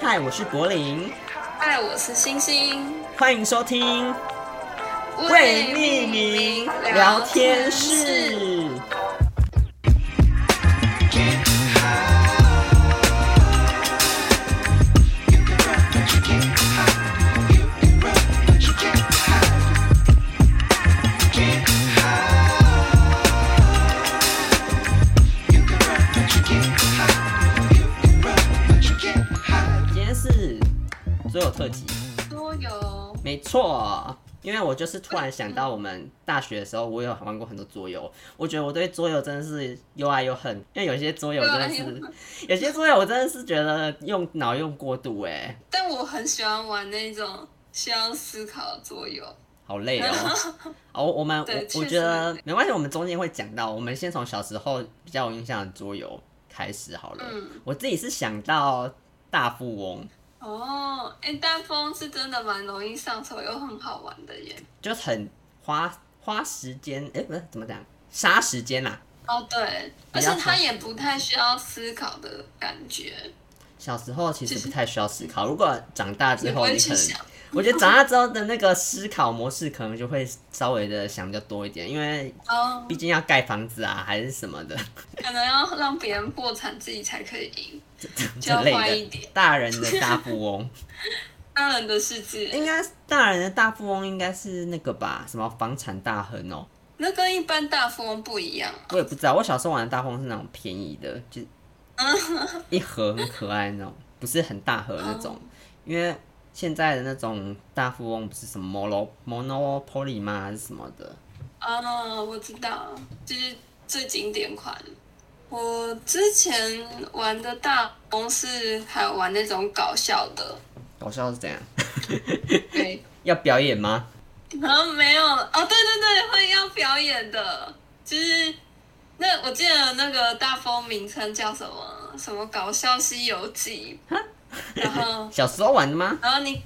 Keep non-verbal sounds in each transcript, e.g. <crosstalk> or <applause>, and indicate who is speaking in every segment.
Speaker 1: 嗨，我是柏林，
Speaker 2: 嗨，我是星星，
Speaker 1: 欢迎收听未匿名聊天室。今天是所有特辑，
Speaker 2: 桌游，
Speaker 1: 没错，因为我就是突然想到，我们大学的时候，我有玩过很多桌游。我觉得我对桌游真的是又爱又恨，因为有些桌游真的
Speaker 2: <laughs> 又爱又
Speaker 1: 是，有些桌游我真的是觉得用脑用过度、欸，哎，
Speaker 2: 但我很喜欢玩那种需要思考的桌游。
Speaker 1: 好
Speaker 2: <laughs>
Speaker 1: 累哦。哦，我们
Speaker 2: 对
Speaker 1: 我
Speaker 2: 确
Speaker 1: 我
Speaker 2: 实
Speaker 1: 觉得
Speaker 2: 很累
Speaker 1: 没关系，我们中间会讲到。我们先从小时候比较有印象的桌游开始好了。
Speaker 2: 嗯
Speaker 1: 我自己是想到大富翁，
Speaker 2: 哦，哎、大风是真的蛮容易上手又很好玩的耶。
Speaker 1: 就很花花时间，哎、不是怎么讲，杀时间啦、
Speaker 2: 哦，对，
Speaker 1: 比
Speaker 2: 而
Speaker 1: 较
Speaker 2: 且
Speaker 1: 好
Speaker 2: 它也不太需要思考的感觉，
Speaker 1: 小时候其实不太需要思考，如果长大之
Speaker 2: 你不
Speaker 1: 后，
Speaker 2: 会
Speaker 1: 你可
Speaker 2: 去
Speaker 1: 能
Speaker 2: 想。
Speaker 1: 我觉得长大之后的那个思考模式可能就会稍微的想比较多一点，因为
Speaker 2: 哦，
Speaker 1: 毕竟要盖房子啊还是什么
Speaker 2: <laughs>
Speaker 1: 的，
Speaker 2: 可能要让别人破产，自己才可以赢，就
Speaker 1: 之
Speaker 2: 要坏
Speaker 1: 类
Speaker 2: 一
Speaker 1: 的。
Speaker 2: 点。
Speaker 1: 大人的大富
Speaker 2: <laughs>
Speaker 1: 翁，
Speaker 2: 大人的世界，
Speaker 1: 应该大人的大富翁应该是那个吧？什么房产大亨哦、
Speaker 2: 那跟一般大富翁不一样。
Speaker 1: 我也不知道。我小时候玩的大富翁是那种便宜的，
Speaker 2: <laughs>
Speaker 1: 就一盒很可爱那种，不是很大盒那
Speaker 2: 哦
Speaker 1: 种。因为现在的那种大富翁不是什么 mono monopoly 吗？还是什么的？
Speaker 2: 啊，我知道，就是最经典款。我之前玩的大公是还有玩那种搞笑的，
Speaker 1: 搞笑是怎样？
Speaker 2: 对，
Speaker 1: 要表演吗？
Speaker 2: 然后没有哦，对对对，会要表演的，就是那我记得那个大风名称叫什么什么搞笑西游记，然后
Speaker 1: 小时候玩的吗？
Speaker 2: 然后你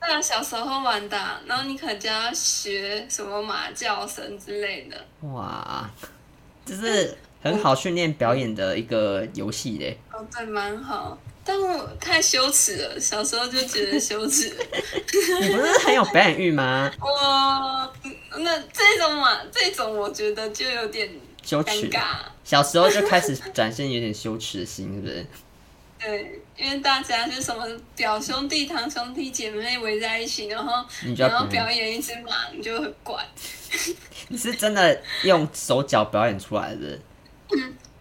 Speaker 2: 那小时候玩的啊，然后你可能就要学什么马叫声之类的。
Speaker 1: 哇，这是很好训练表演的一个游戏嘞。
Speaker 2: 哦，对，蛮好，但我太羞耻了，小时候就觉得羞
Speaker 1: <laughs>
Speaker 2: 耻。
Speaker 1: 你不是很有表演欲吗？
Speaker 2: 我那这种嘛，这种我觉得就有点
Speaker 1: 羞
Speaker 2: 尴
Speaker 1: 耻，
Speaker 2: 尬，
Speaker 1: 小时候就开始展现有点羞耻心，是不是？
Speaker 2: 对，因为大家是什么表兄弟、堂兄弟姐妹围在一起，然后
Speaker 1: 你就要
Speaker 2: 然后
Speaker 1: 表
Speaker 2: 表
Speaker 1: 演，
Speaker 2: 演一只马，你就很怪。
Speaker 1: 你是真的用手脚表演出来的。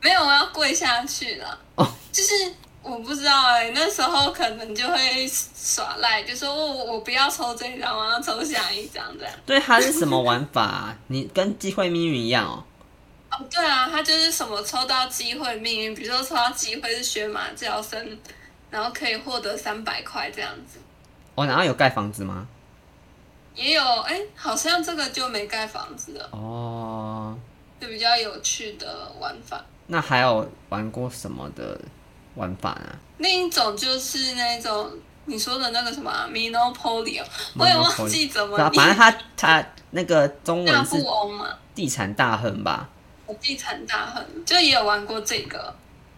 Speaker 2: 没有，我要跪下去了。
Speaker 1: 哦
Speaker 2: 就是我不知道哎、那时候可能就会耍赖，就说我我不要抽这一张，我要抽下一张这样。
Speaker 1: 对，它是什么玩法 <laughs> 啊、你跟机会命运一样哦。
Speaker 2: 哦，对啊，他就是什么抽到机会命运，比如说抽到机会是学马叫声，然后可以获得三百块这样子。
Speaker 1: 哦，然后有盖房子吗？
Speaker 2: 也有哎，好像这个就没盖房子了，
Speaker 1: 哦，
Speaker 2: 就比较有趣的玩法。
Speaker 1: 那还有玩过什么的玩法呢？
Speaker 2: 另一种就是那种你说的那个什么、啊、Monopoly，哦我也忘记怎么
Speaker 1: 反
Speaker 2: 念
Speaker 1: 正它它那个中
Speaker 2: 大
Speaker 1: 文
Speaker 2: 富
Speaker 1: 是
Speaker 2: 翁嘛，
Speaker 1: 地产大亨吧？
Speaker 2: 地产大亨，就也有玩过这个，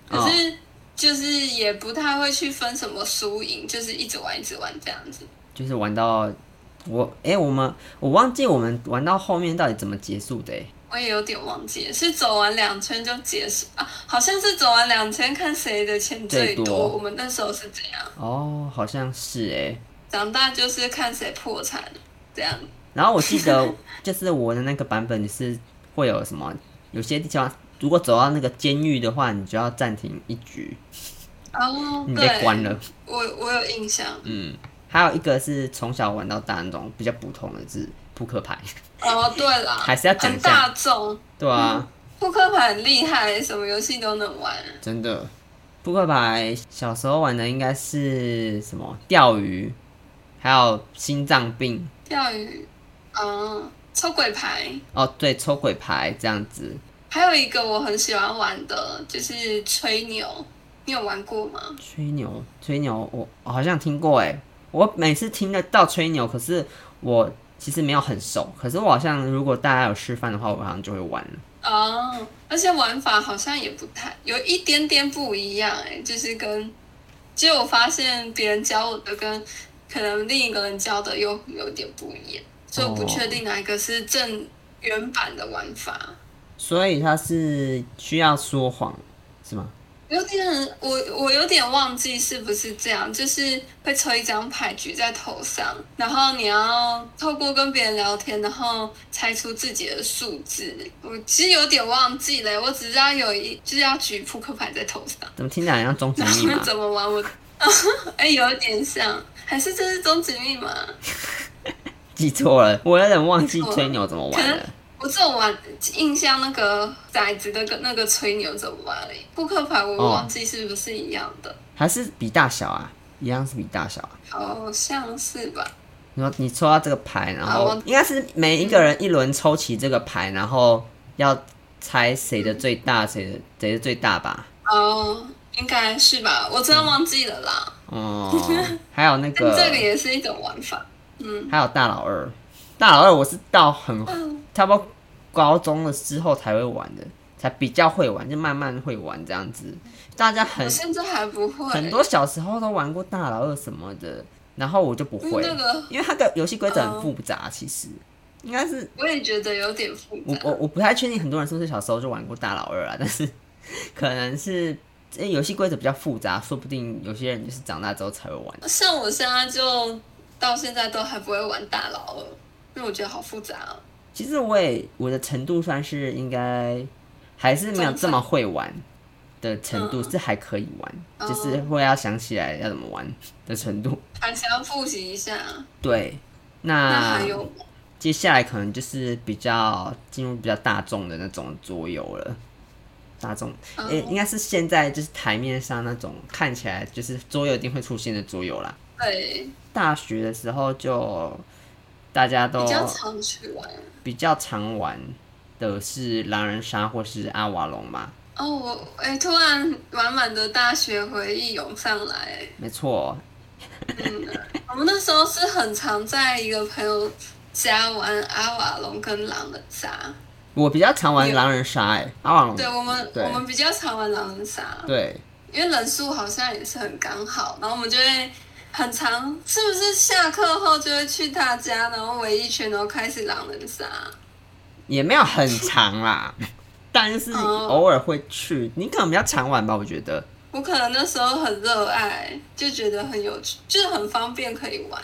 Speaker 2: 可是就是也不太会去分什么输赢，就是一直玩一直玩这样子。
Speaker 1: 就是玩到我哎、我们我忘记我们玩到后面到底怎么结束的、欸。
Speaker 2: 我也有点忘记了，是走完两圈就结束啊，好像是走完两圈看谁的钱
Speaker 1: 最
Speaker 2: 最多。
Speaker 1: 多
Speaker 2: 我们那时候是这样，
Speaker 1: 哦，好像是哎、
Speaker 2: 长大就是看谁破产这样。
Speaker 1: 然后我记
Speaker 2: <laughs>
Speaker 1: 得就是我的那个版本，你是会有什么？有些地方如果走到那个监狱的话，你就要暂停一局，
Speaker 2: 哦，
Speaker 1: 你被
Speaker 2: 对，
Speaker 1: 关了。
Speaker 2: 我我有印象。
Speaker 1: 嗯，还有一个是从小玩到大那种比较普通的，是扑克 <laughs> 牌。
Speaker 2: 哦，对啦，
Speaker 1: 还是要讲一
Speaker 2: 很
Speaker 1: 下
Speaker 2: 大众，
Speaker 1: 对啊，
Speaker 2: 扑克牌很厉害，什么游戏都能玩。
Speaker 1: 真的，扑克牌小时候玩的应该是什么钓鱼，还有心脏病
Speaker 2: 钓鱼，嗯，抽鬼牌，
Speaker 1: 哦，对，抽鬼牌这样子。
Speaker 2: 还有一个我很喜欢玩的就是吹牛，你有玩过吗？
Speaker 1: 吹牛，吹牛，我我好像听过哎，我每次听得到吹牛，可是我其实没有很熟，可是我好像如果大家有示范的话，我好像就会玩了。
Speaker 2: 哦，而且玩法好像也不太有一点点不一样哎、就是跟结果我发现别人教我的跟可能另一个人教的又有点不一样，所以我不
Speaker 1: 哦
Speaker 2: 确定哪一个是正原版的玩法。
Speaker 1: 所以他是需要说谎，是吗？
Speaker 2: 有点，我我有点忘记是不是这样，就是会抽一张牌举在头上，然后你要透过跟别人聊天，然后猜出自己的数字。我其实有点忘记了，我只知道有一就是要举扑克牌在头上，
Speaker 1: 怎么听起来很像终极
Speaker 2: 然
Speaker 1: 密
Speaker 2: 后
Speaker 1: 码？
Speaker 2: 怎么玩我， <laughs> 哎、有点像，还是这是终极密码？
Speaker 1: 记错了，我有点忘记吹牛怎么玩了。
Speaker 2: 我这种玩印象那个骰子的跟那个吹牛怎么玩而已？扑克牌我
Speaker 1: 哦
Speaker 2: 忘记是不是一样的，
Speaker 1: 还是比大小啊，一样是比大小啊。
Speaker 2: 好像是吧。
Speaker 1: 然后你抽到这个牌，然
Speaker 2: 好
Speaker 1: 后
Speaker 2: 啊我
Speaker 1: 应该是每一个人一轮抽起这个牌，然后要猜谁的最大，谁的谁的最大吧。
Speaker 2: 哦，应该是吧，我真
Speaker 1: 嗯
Speaker 2: 的忘记了啦。 <laughs>
Speaker 1: 哦，还有那
Speaker 2: 但
Speaker 1: 个，
Speaker 2: 这个也是一种玩法。嗯，
Speaker 1: 还有大老二，大老二我是到很
Speaker 2: 嗯
Speaker 1: 差不多高中了之后才会玩的，才比较会玩，就慢慢会玩这样子。大家很
Speaker 2: 我甚至还不会
Speaker 1: 很多小时候都玩过大老二什么的，然后我就不
Speaker 2: 因
Speaker 1: 会
Speaker 2: 嗯为，那个，
Speaker 1: 因为它的游戏规则
Speaker 2: 嗯
Speaker 1: 很复杂，其实应该是
Speaker 2: 我也觉得有点复
Speaker 1: 我
Speaker 2: 杂。
Speaker 1: 我我不太确定很多人是不是小时候就玩过大老二啊，但是 <laughs> 可能是因为游戏规则比较复杂，说不定有些人就是长大之后才会玩。
Speaker 2: 像我现在就到现在都还不会玩大佬了，因为我觉得好复杂哦。
Speaker 1: 其实我也我的程度算是应该还是没有这么会玩的程
Speaker 2: 嗯
Speaker 1: 度，是还可以玩，
Speaker 2: 哦
Speaker 1: 就是会要想起来要怎么玩的程度。
Speaker 2: 还是要复习一下。
Speaker 1: 对，
Speaker 2: 那
Speaker 1: 那
Speaker 2: 还有
Speaker 1: 接下来可能就是比较进入比较大众的那种桌游了。大众，
Speaker 2: 嗯
Speaker 1: 诶、应该是现在就是台面上那种看起来就是桌游一定会出现的桌游啦。
Speaker 2: 对，
Speaker 1: 大学的时候就大家都
Speaker 2: 比较常去玩。
Speaker 1: 比较常玩的是狼人杀或是阿瓦隆嘛，
Speaker 2: 哦，我哎、突然满满的大学回忆涌上来。
Speaker 1: 没错，
Speaker 2: 我们那时候是很常在一个朋友家玩阿瓦隆跟狼人杀，
Speaker 1: 我比较常玩
Speaker 2: 有
Speaker 1: 狼人杀、欸，阿瓦隆
Speaker 2: 对我们
Speaker 1: 对
Speaker 2: 我们比较常玩狼人杀，
Speaker 1: 对
Speaker 2: 因为人数好像也是很刚好，然后我们就会很常是不是下课后就会去他家，然后围一圈，然后开始狼人杀。
Speaker 1: 也没有很长啦， <laughs> 但是
Speaker 2: 哦
Speaker 1: 偶尔会去，你可能比较常玩吧，我觉得。
Speaker 2: 我可能那时候很热爱，就觉得很有趣，就是很方便可以玩。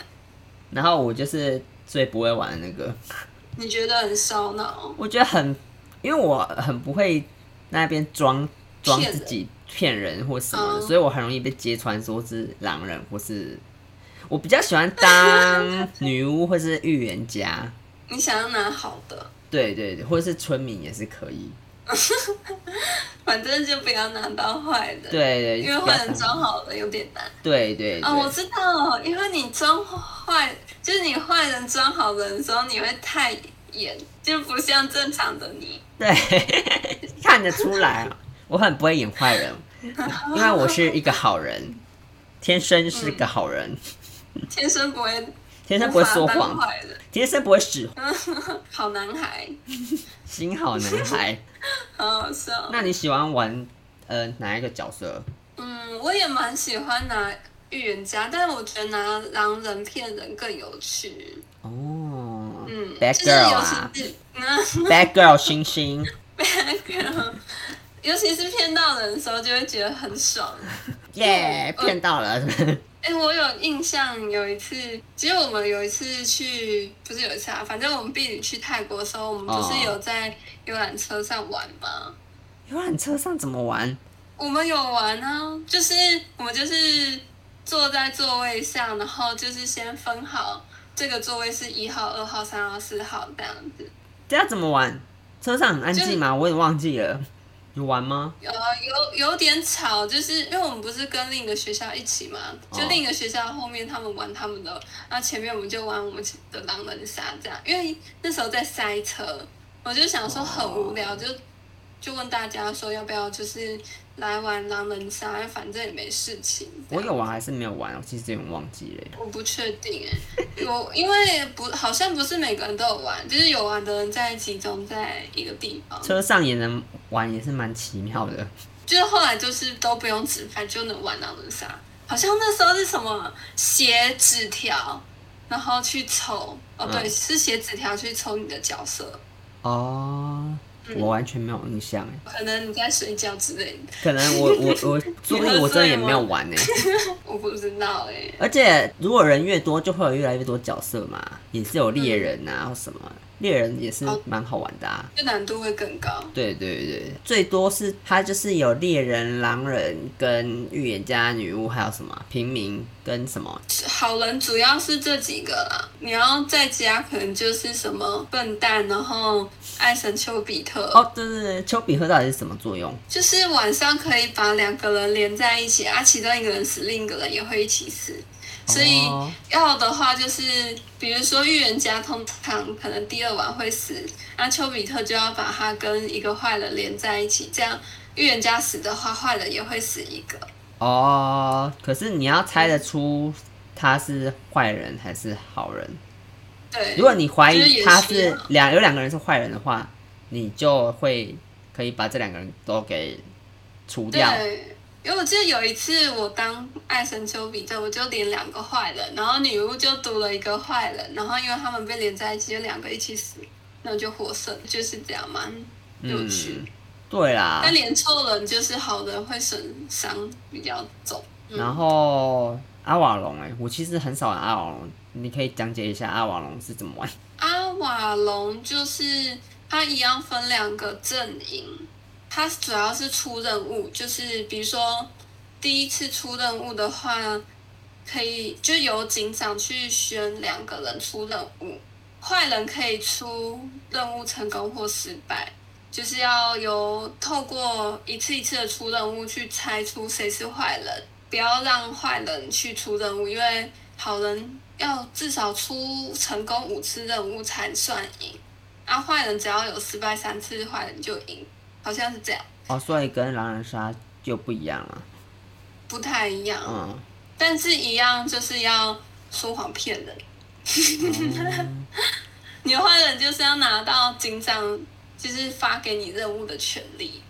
Speaker 1: 然后我就是最不会玩的那个，
Speaker 2: 你觉得很烧脑？
Speaker 1: 我觉得很，因为我很不会那边装装
Speaker 2: 骗
Speaker 1: 自己骗人或什么的，
Speaker 2: 哦
Speaker 1: 所以我很容易被揭穿说是狼人或是。我比较喜欢当女巫或是预言家，
Speaker 2: 你想要拿好的，
Speaker 1: 对对对，或者是村民也是可以，
Speaker 2: 反正就不要拿到坏的，
Speaker 1: 对对，
Speaker 2: <laughs> 因为
Speaker 1: 不要
Speaker 2: 坏人
Speaker 1: 当
Speaker 2: 装好的有点难。
Speaker 1: 对对对，
Speaker 2: 哦，我知道，因为你装坏，就是你坏人装好人的时候，你会太演，就不像正常的你。
Speaker 1: 对， <laughs> 看得出来，我很不会演坏
Speaker 2: <laughs>
Speaker 1: 人，因为我是一个好人，天生是个好人，
Speaker 2: 天生不会，
Speaker 1: 天生不会说
Speaker 2: 无法当
Speaker 1: 谎，
Speaker 2: 坏人，
Speaker 1: 天生不会使
Speaker 2: 好男孩，
Speaker 1: 心好男
Speaker 2: <laughs>
Speaker 1: 孩。
Speaker 2: 好好笑。
Speaker 1: 那你喜欢玩呃哪一个角色？
Speaker 2: 嗯，我也蛮喜欢拿预言家，但是我觉得拿狼人骗人更有趣。
Speaker 1: 哦、
Speaker 2: 嗯
Speaker 1: b a d
Speaker 2: 就是
Speaker 1: Girl
Speaker 2: 尤
Speaker 1: 啊
Speaker 2: 其是 <laughs> 那
Speaker 1: ，Bad Girl 星
Speaker 2: <laughs>
Speaker 1: 星，
Speaker 2: 尤其是骗到人的时候，就会觉得很爽。
Speaker 1: 耶、
Speaker 2: 嗯
Speaker 1: 骗到了， <laughs>
Speaker 2: 哎、我有印象，有一次，其实我们有一次去，不是有一次啊，反正我们避旅去泰国的时候，我们不
Speaker 1: 哦
Speaker 2: 是有在游览车上玩吗？
Speaker 1: 游览啊车上怎么玩？
Speaker 2: 我们有玩啊，就是我们就是坐在座位上，然后就是先分好这个座位是一号、二号、三号、四号这样子。
Speaker 1: 这要怎么玩？车上很安静吗？我也忘记了，有玩吗？
Speaker 2: 呃，有有点吵，就是因为我们不是跟另一个学校一起嘛，就
Speaker 1: 哦
Speaker 2: 另一个学校后面他们玩他们的，然后前面我们就玩我们的狼人杀这样。因为那时候在塞车，我就想说很无
Speaker 1: 哦
Speaker 2: 聊，就就问大家说要不要就是来玩狼人杀，反正也没事情。这
Speaker 1: 我
Speaker 2: 样
Speaker 1: 有啊玩还是没有玩？我其实有点忘记了。
Speaker 2: 我不确定哎，我因为不好像不是每个人都有玩，就是有玩的人在集中在一个地方，
Speaker 1: 车上也能玩，也是蛮奇妙的。
Speaker 2: 就是后来就是都不用纸牌就能玩狼人杀。好像那时候是什么写纸条，然后去抽。哦，对，
Speaker 1: 嗯
Speaker 2: 是写纸条去抽你的角色，
Speaker 1: 哦，我完全没有印象哎，
Speaker 2: 可能你在睡觉之类的，
Speaker 1: 可能我
Speaker 2: <laughs>
Speaker 1: 我我，说不定我真的也没有玩哎。
Speaker 2: 我不知道哎、
Speaker 1: 而且如果人越多，就会有越来越多角色嘛，也是有猎人啊或什么，猎人也是蛮好玩的啊。
Speaker 2: 就难度会更高。
Speaker 1: 对对对，最多是它就是有猎人、狼人跟预言家、女巫，还有什么平民跟什么
Speaker 2: 好人主要是这几个啦，你要在家可能就是什么笨蛋，然后爱神丘比特，
Speaker 1: 哦，对对对，丘比特到底是什么作用？
Speaker 2: 就是晚上可以把两个人连在一起，啊，其中一个人死，另一个人也会一起死。所以
Speaker 1: 哦
Speaker 2: 要的话就是，比如说预言家通常可能第二晚会死，那丘比特就要把他跟一个坏人连在一起，这样预言家死的话，坏人也会死一个。
Speaker 1: 哦，可是你要猜得出他是坏人还是好人。
Speaker 2: 对，
Speaker 1: 如果你怀疑他
Speaker 2: 就是也
Speaker 1: 是
Speaker 2: 是啊
Speaker 1: 两有两个人是坏人的话，你就会可以把这两个人都给除掉。
Speaker 2: 对，因为我记得有一次我当爱神丘比特，我就连两个坏人，然后女巫就读了一个坏人，然后因为他们被连在一起，就两个一起死，那我就获胜，就是这样嘛。有
Speaker 1: 嗯
Speaker 2: 趣，
Speaker 1: 对啦
Speaker 2: 但。连错人就是好人会损伤比较重。嗯，
Speaker 1: 然后阿瓦隆，哎，我其实很少玩阿瓦隆，你可以讲解一下阿瓦隆是怎么玩？ <laughs>
Speaker 2: 阿瓦隆就是它一样分两个阵营，它主要是出任务，就是比如说第一次出任务的话，可以就由警长去选两个人出任务，坏人可以出任务成功或失败，就是要由透过一次一次的出任务去猜出谁是坏人，不要让坏人去出任务，因为好人要至少出成功五次任务才算赢，啊，坏人只要有失败三次，坏人就赢，好像是这样，
Speaker 1: 哦，所以跟狼人杀就不一样了。
Speaker 2: 不太一样， <laughs>
Speaker 1: 嗯，
Speaker 2: 但是一样就是要说谎骗人。
Speaker 1: 嗯
Speaker 2: 你坏人就是要拿到警长就是发给你任务的权利，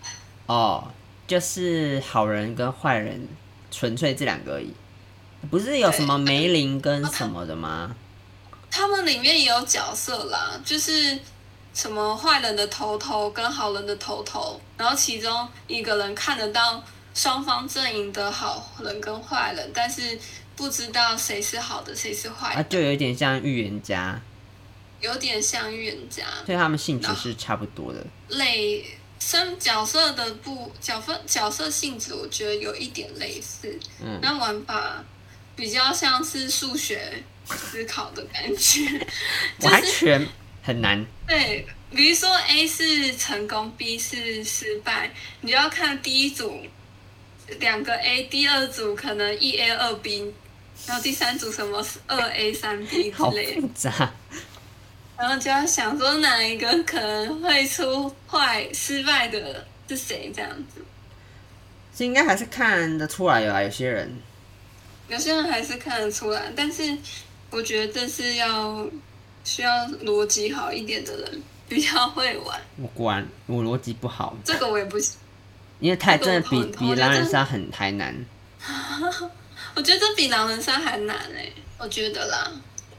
Speaker 1: 哦，就是好人跟坏人，纯粹这两个而已。不是有什么梅林跟
Speaker 2: <laughs>
Speaker 1: 什么的吗？
Speaker 2: 他们里面也有角色啦，就是什么坏人的头头跟好人的头头，然后其中一个人看得到双方阵营的好人跟坏人，但是不知道谁是好的，谁是坏
Speaker 1: 啊，
Speaker 2: 的，
Speaker 1: 就有点像预言家，
Speaker 2: 有点像预言家
Speaker 1: 所以他们性质是差不多的。
Speaker 2: 类。生角色的不角色角色性质，我觉得有一点类似，
Speaker 1: 嗯，
Speaker 2: 那玩法比较像是数学思考的感觉，
Speaker 1: 完全很难。
Speaker 2: 对，比如说 A 是成功，B 是失败，你就要看第一组两个 A，第二组可能一 A 二 B，然后第三组什么二 A 三 B
Speaker 1: <laughs>
Speaker 2: 之
Speaker 1: 好
Speaker 2: 类的，
Speaker 1: 复杂。
Speaker 2: 然后就要想说哪一个可能会出坏失败的是谁这样子。
Speaker 1: 所以应该还是看得出来有啊，有些人
Speaker 2: 有些人还是看得出来，但是我觉得这是要需要逻辑好一点的人比较会玩，
Speaker 1: 我果然我逻辑不好，
Speaker 2: 这个我也不行。
Speaker 1: 因为太真的比
Speaker 2: 这个我
Speaker 1: 比
Speaker 2: 我觉得
Speaker 1: 狼人杀很还难。
Speaker 2: 我觉得这比狼人杀还难哎、我觉得啦，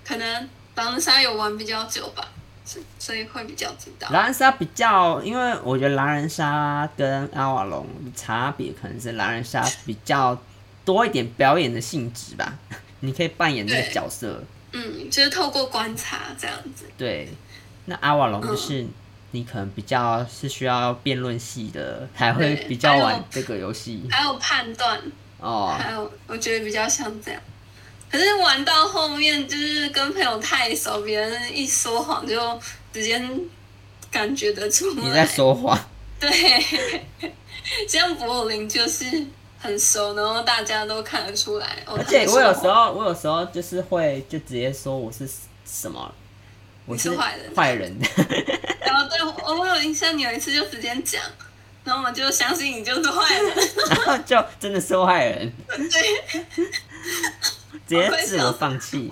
Speaker 2: 可能狼人杀有玩比较久吧，所所以会比较知道。
Speaker 1: 狼人杀比较，因为我觉得狼人杀跟阿瓦隆差别可能是狼人杀比较多一点表演的性质吧， <laughs> 你可以扮演那个
Speaker 2: 对
Speaker 1: 角色。
Speaker 2: 嗯，就是透过观察这样子。
Speaker 1: 对，嗯那阿瓦隆就是你可能比较是需要辩论系的，才会
Speaker 2: 对
Speaker 1: 比较
Speaker 2: 还有
Speaker 1: 玩这个游戏
Speaker 2: 还有判断，
Speaker 1: 哦。
Speaker 2: 还有我觉得比较像这样。可是玩到后面，就是跟朋友太熟，别人一说谎就直接感觉得出来。
Speaker 1: 你在说谎。
Speaker 2: 对， <laughs> 像柏林就是很熟，然后大家都看得出来。哦
Speaker 1: 而且
Speaker 2: 他
Speaker 1: 我有
Speaker 2: 是
Speaker 1: 时候，我有时候就是会就直接说我是什么，我
Speaker 2: 是坏人
Speaker 1: 坏人， <laughs>
Speaker 2: 然后对我我有印象，你有一次就直接讲，然后我们就相信你就是坏人。 <laughs>
Speaker 1: 然后就真的是坏人，
Speaker 2: 对，
Speaker 1: 直接自我放弃。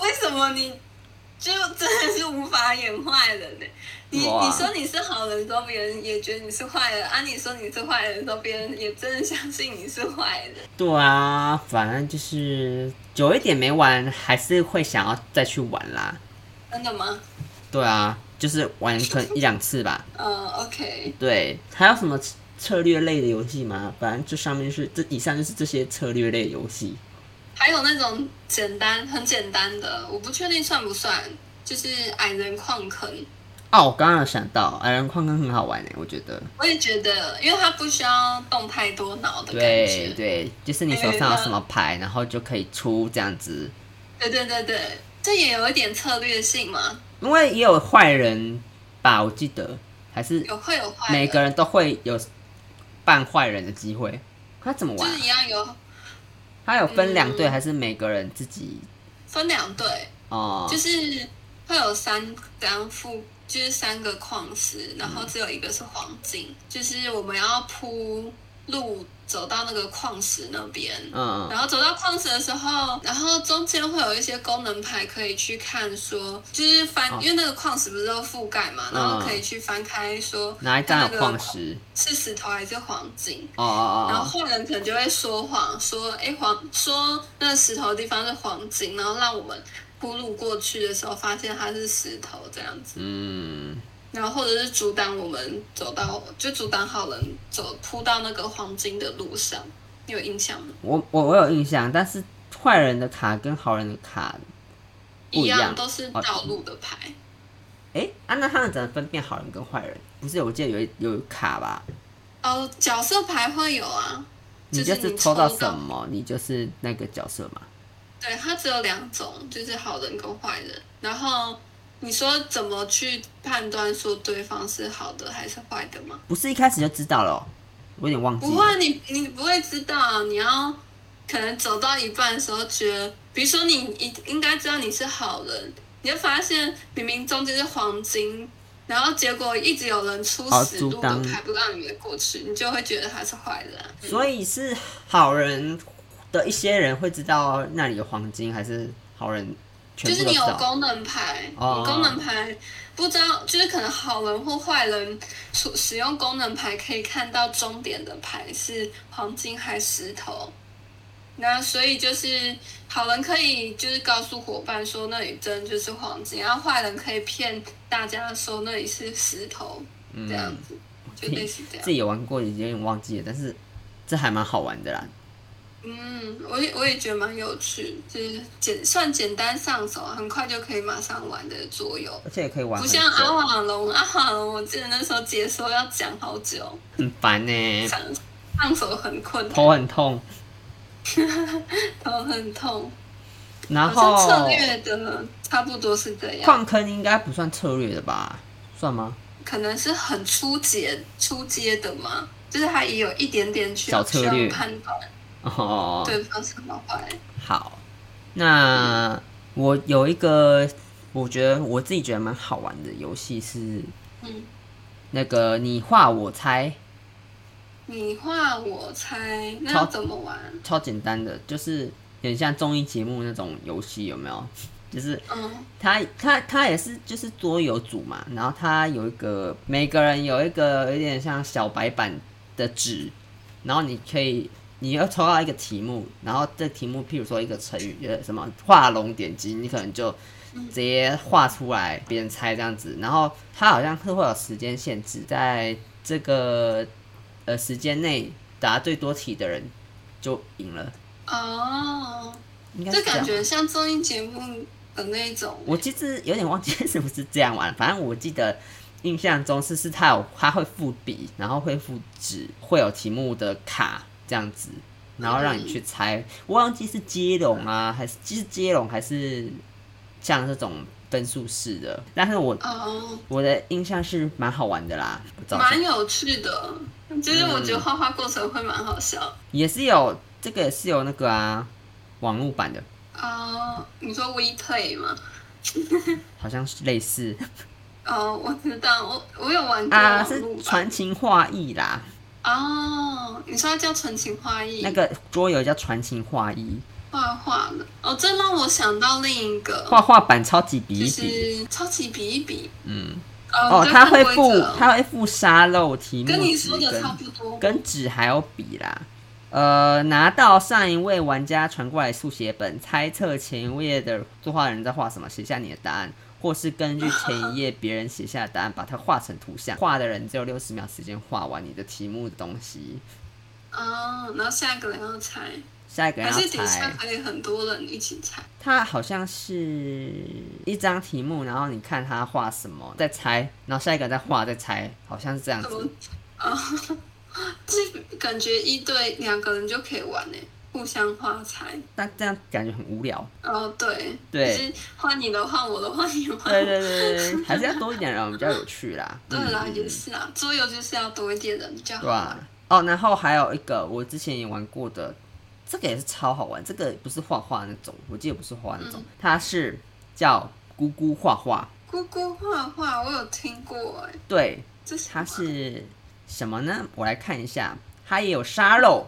Speaker 2: 为什么你就真的是无法演坏人呢、你
Speaker 1: 哇
Speaker 2: 你说你是好人之后，别人也觉得你是坏人；啊，你说你是坏人之后，别人也真的相信你是坏人。
Speaker 1: 对啊，反正就是久一点没玩，还是会想要再去玩啦。
Speaker 2: 真的吗？
Speaker 1: 对啊，就是玩可能一两次吧。
Speaker 2: 嗯，OK，
Speaker 1: 对，还有什么策策略类的游戏吗？反正这上面是这以上就是这些策略类游戏。
Speaker 2: 还有那种简单很简单的，我不确定算不算，就是矮人矿坑。
Speaker 1: 哦，我刚刚有想到矮人矿坑很好玩诶，欸我觉得。
Speaker 2: 我也觉得，因为它不需要动太多脑的感
Speaker 1: 对
Speaker 2: 觉。
Speaker 1: 对，就是你手上有什么牌，然后就可以出这样子。
Speaker 2: 对对对对，这也有一点策略性嘛，
Speaker 1: 因为也有坏人吧，我记得还是
Speaker 2: 有会有坏
Speaker 1: 每
Speaker 2: 人，
Speaker 1: 个人都会有扮坏人的机会。他怎么
Speaker 2: 就
Speaker 1: 玩啊
Speaker 2: 是？一样有
Speaker 1: 他有分两队，
Speaker 2: 嗯
Speaker 1: 还是每个人自己？
Speaker 2: 分两队，
Speaker 1: 哦、
Speaker 2: 就是会有三张副，就是三个矿石，然
Speaker 1: 嗯
Speaker 2: 后只有一个是黄金，就是我们要铺路走到那个矿石那边。
Speaker 1: 嗯嗯
Speaker 2: 然后走到矿石的时候，然后中间会有一些功能牌可以去看说就是翻，
Speaker 1: 哦嗯
Speaker 2: 因为那个矿石不是都覆盖嘛，然后可以去翻开说
Speaker 1: 哪一张有矿石？
Speaker 2: 是石头还是黄金。
Speaker 1: 哦
Speaker 2: 然
Speaker 1: 哦
Speaker 2: 后后人可能就会说谎，说哎黄，说那个石头的地方是黄金，然后让我们铺路过去的时候发现它是石头这样子，
Speaker 1: 嗯，
Speaker 2: 然后或者是阻挡我们走到，就阻挡好人走铺到那个黄金的路上，你有印象吗？
Speaker 1: 我我我有印象，但是坏人的卡跟好人的卡不一样
Speaker 2: 都是
Speaker 1: 哦
Speaker 2: 道路的牌，
Speaker 1: 哎、啊，那他们怎么分辨好人跟坏人？不是，我记得有一有卡吧？
Speaker 2: 哦，角色牌会有啊，
Speaker 1: 你
Speaker 2: 就是是
Speaker 1: 抽
Speaker 2: 到
Speaker 1: 到什？么，你就是那个角色嘛。
Speaker 2: 对，它只有两种，就是好人跟坏人。然后你说怎么去判断说对方是好的还是坏的吗？
Speaker 1: 不是一开始就知道了哦、我有点忘记
Speaker 2: 不
Speaker 1: 了。
Speaker 2: 会，你你不会知道，你要可能走到一半的时候，觉得，比如说你应应该知道你是好人，你就发现明明中间是黄金，然后结果一直有人出
Speaker 1: 好
Speaker 2: 死路
Speaker 1: 阻挡
Speaker 2: 的牌不让你们过去，你就会觉得他是坏人啊、
Speaker 1: 所以是好人的一些人会知道那里有黄金，还是好人全
Speaker 2: 就
Speaker 1: 部
Speaker 2: 是
Speaker 1: 都
Speaker 2: 你
Speaker 1: 知
Speaker 2: 有
Speaker 1: 道？
Speaker 2: 功能牌，
Speaker 1: 哦
Speaker 2: 你功能牌不知道，就是可能好人或坏人使使用功能牌可以看到终点的牌是黄金还是石头。那所以就是好人可以就是告诉伙伴说那里真的就是黄金，然后坏人可以骗大家说那里是石头这样
Speaker 1: 嗯，
Speaker 2: 子，就类似这样
Speaker 1: 自。己有玩过，已经有点忘记了，但是这还蛮好玩的啦。
Speaker 2: 嗯，我也我也觉得蛮有趣，就是简算简单上手，很快就可以马上玩的桌游。
Speaker 1: 而且也可以玩
Speaker 2: 不
Speaker 1: 很
Speaker 2: 像阿
Speaker 1: 久，
Speaker 2: 瓦隆，阿瓦隆，我记得那时候解说要讲好久，
Speaker 1: 很烦呢、
Speaker 2: 上上手很困
Speaker 1: 嗯
Speaker 2: 难，
Speaker 1: 头很痛。
Speaker 2: 头很痛。
Speaker 1: 然
Speaker 2: 好像策
Speaker 1: 后
Speaker 2: 略的差不多是这样，
Speaker 1: 矿坑应该不算策略的吧？算吗？
Speaker 2: 可能是很初阶初阶的嘛，就是它也有一点点需
Speaker 1: 小
Speaker 2: 要
Speaker 1: 策
Speaker 2: 需
Speaker 1: 略
Speaker 2: 要判断
Speaker 1: 哦，
Speaker 2: 对方什么坏。
Speaker 1: 好，那我有一个，我觉得我自己觉得蛮好玩的游戏是
Speaker 2: 嗯，
Speaker 1: 那个你画我猜，
Speaker 2: 你画我猜，那
Speaker 1: 好
Speaker 2: 要怎么玩？
Speaker 1: 超简单的，就是很像综艺节目那种游戏，有没有？就是
Speaker 2: 嗯
Speaker 1: 它它它也是就是桌游组嘛，然后它有一个每个人有一个有点像小白板的纸，然后你可以你要抽到一个题目，然后这题目譬如说一个成语呃什么画龙点睛，你可能就
Speaker 2: 嗯
Speaker 1: 直接画出来，别人猜这样子，然后它好像是会有时间限制，在这个呃时间内答最多题的人就赢了，
Speaker 2: 哦，
Speaker 1: 应该
Speaker 2: 就是
Speaker 1: 这
Speaker 2: 感
Speaker 1: 样。
Speaker 2: 觉像综艺节目的那种。
Speaker 1: 我其实有点忘记是不是这样玩，反正我记得印象中是是它有它会附笔，然后会附纸，会有题目的卡这样子，然后让你去猜。我忘记是接龙啊，还是是接龙还是像这种分数式的，但是我
Speaker 2: 哦，
Speaker 1: 我的印象是蛮好玩的啦，不知道
Speaker 2: 蛮有趣的，就是我觉得画画过程会蛮好笑。
Speaker 1: 也是有这个也是有那个啊网络版的，
Speaker 2: 哦，你说 We Play 吗？
Speaker 1: 好像是类似
Speaker 2: 哦，我知道，我我有玩过
Speaker 1: 啊，
Speaker 2: 网
Speaker 1: 是
Speaker 2: 络版。
Speaker 1: 传情画意啦。
Speaker 2: 哦，你说它叫纯情画意，
Speaker 1: 那个桌游叫传情画意，
Speaker 2: 画画的。哦，这让我想到另一个，
Speaker 1: 画画板超级比
Speaker 2: 就
Speaker 1: 一比，
Speaker 2: 是超级比一比。
Speaker 1: 嗯，哦，
Speaker 2: 就
Speaker 1: 他
Speaker 2: 看
Speaker 1: 会
Speaker 2: 规
Speaker 1: 附
Speaker 2: 则哦
Speaker 1: 他会附沙漏题目
Speaker 2: 跟你
Speaker 1: 纸
Speaker 2: 说的差
Speaker 1: 跟
Speaker 2: 不多。
Speaker 1: 跟纸还有笔啦。呃，拿到上一位玩家传过来速写本，猜测前一页的作画人在画什么，写下你的答案，或是根据前一页别人写下的答案，把它画成图像。画的人只有六十秒时间画完你的题目的东西。
Speaker 2: 哦，然后下一个人要猜，
Speaker 1: 下一个
Speaker 2: 还
Speaker 1: 人要
Speaker 2: 是底下
Speaker 1: 猜，
Speaker 2: 可以很多人一起猜？
Speaker 1: 它好像是一张题目，然后你看他画什么，再猜，然后下一个人再画，再猜，好像是这样
Speaker 2: 怎么
Speaker 1: 子。？
Speaker 2: 哦，这感觉一对两个人就可以玩呢，欸互相画猜。
Speaker 1: 但这样感觉很无聊。
Speaker 2: 哦，对，
Speaker 1: 对
Speaker 2: 就是换你的换我的换你的换。
Speaker 1: 对对对对对，还是要多一点人比较有趣啦。
Speaker 2: <laughs> 对啦，
Speaker 1: 嗯
Speaker 2: 也是啊，桌游就是要多一点人比较好
Speaker 1: 对啊
Speaker 2: 玩。，
Speaker 1: 哦，然后还有一个我之前也玩过的，这个也是超好玩。这个不是画画那种，我记得不是画画那种，它是叫咕咕画画。
Speaker 2: 姑姑画画我有听过哎，
Speaker 1: 对，
Speaker 2: 这是什么
Speaker 1: 它是什么呢？我来看一下，它也有沙漏，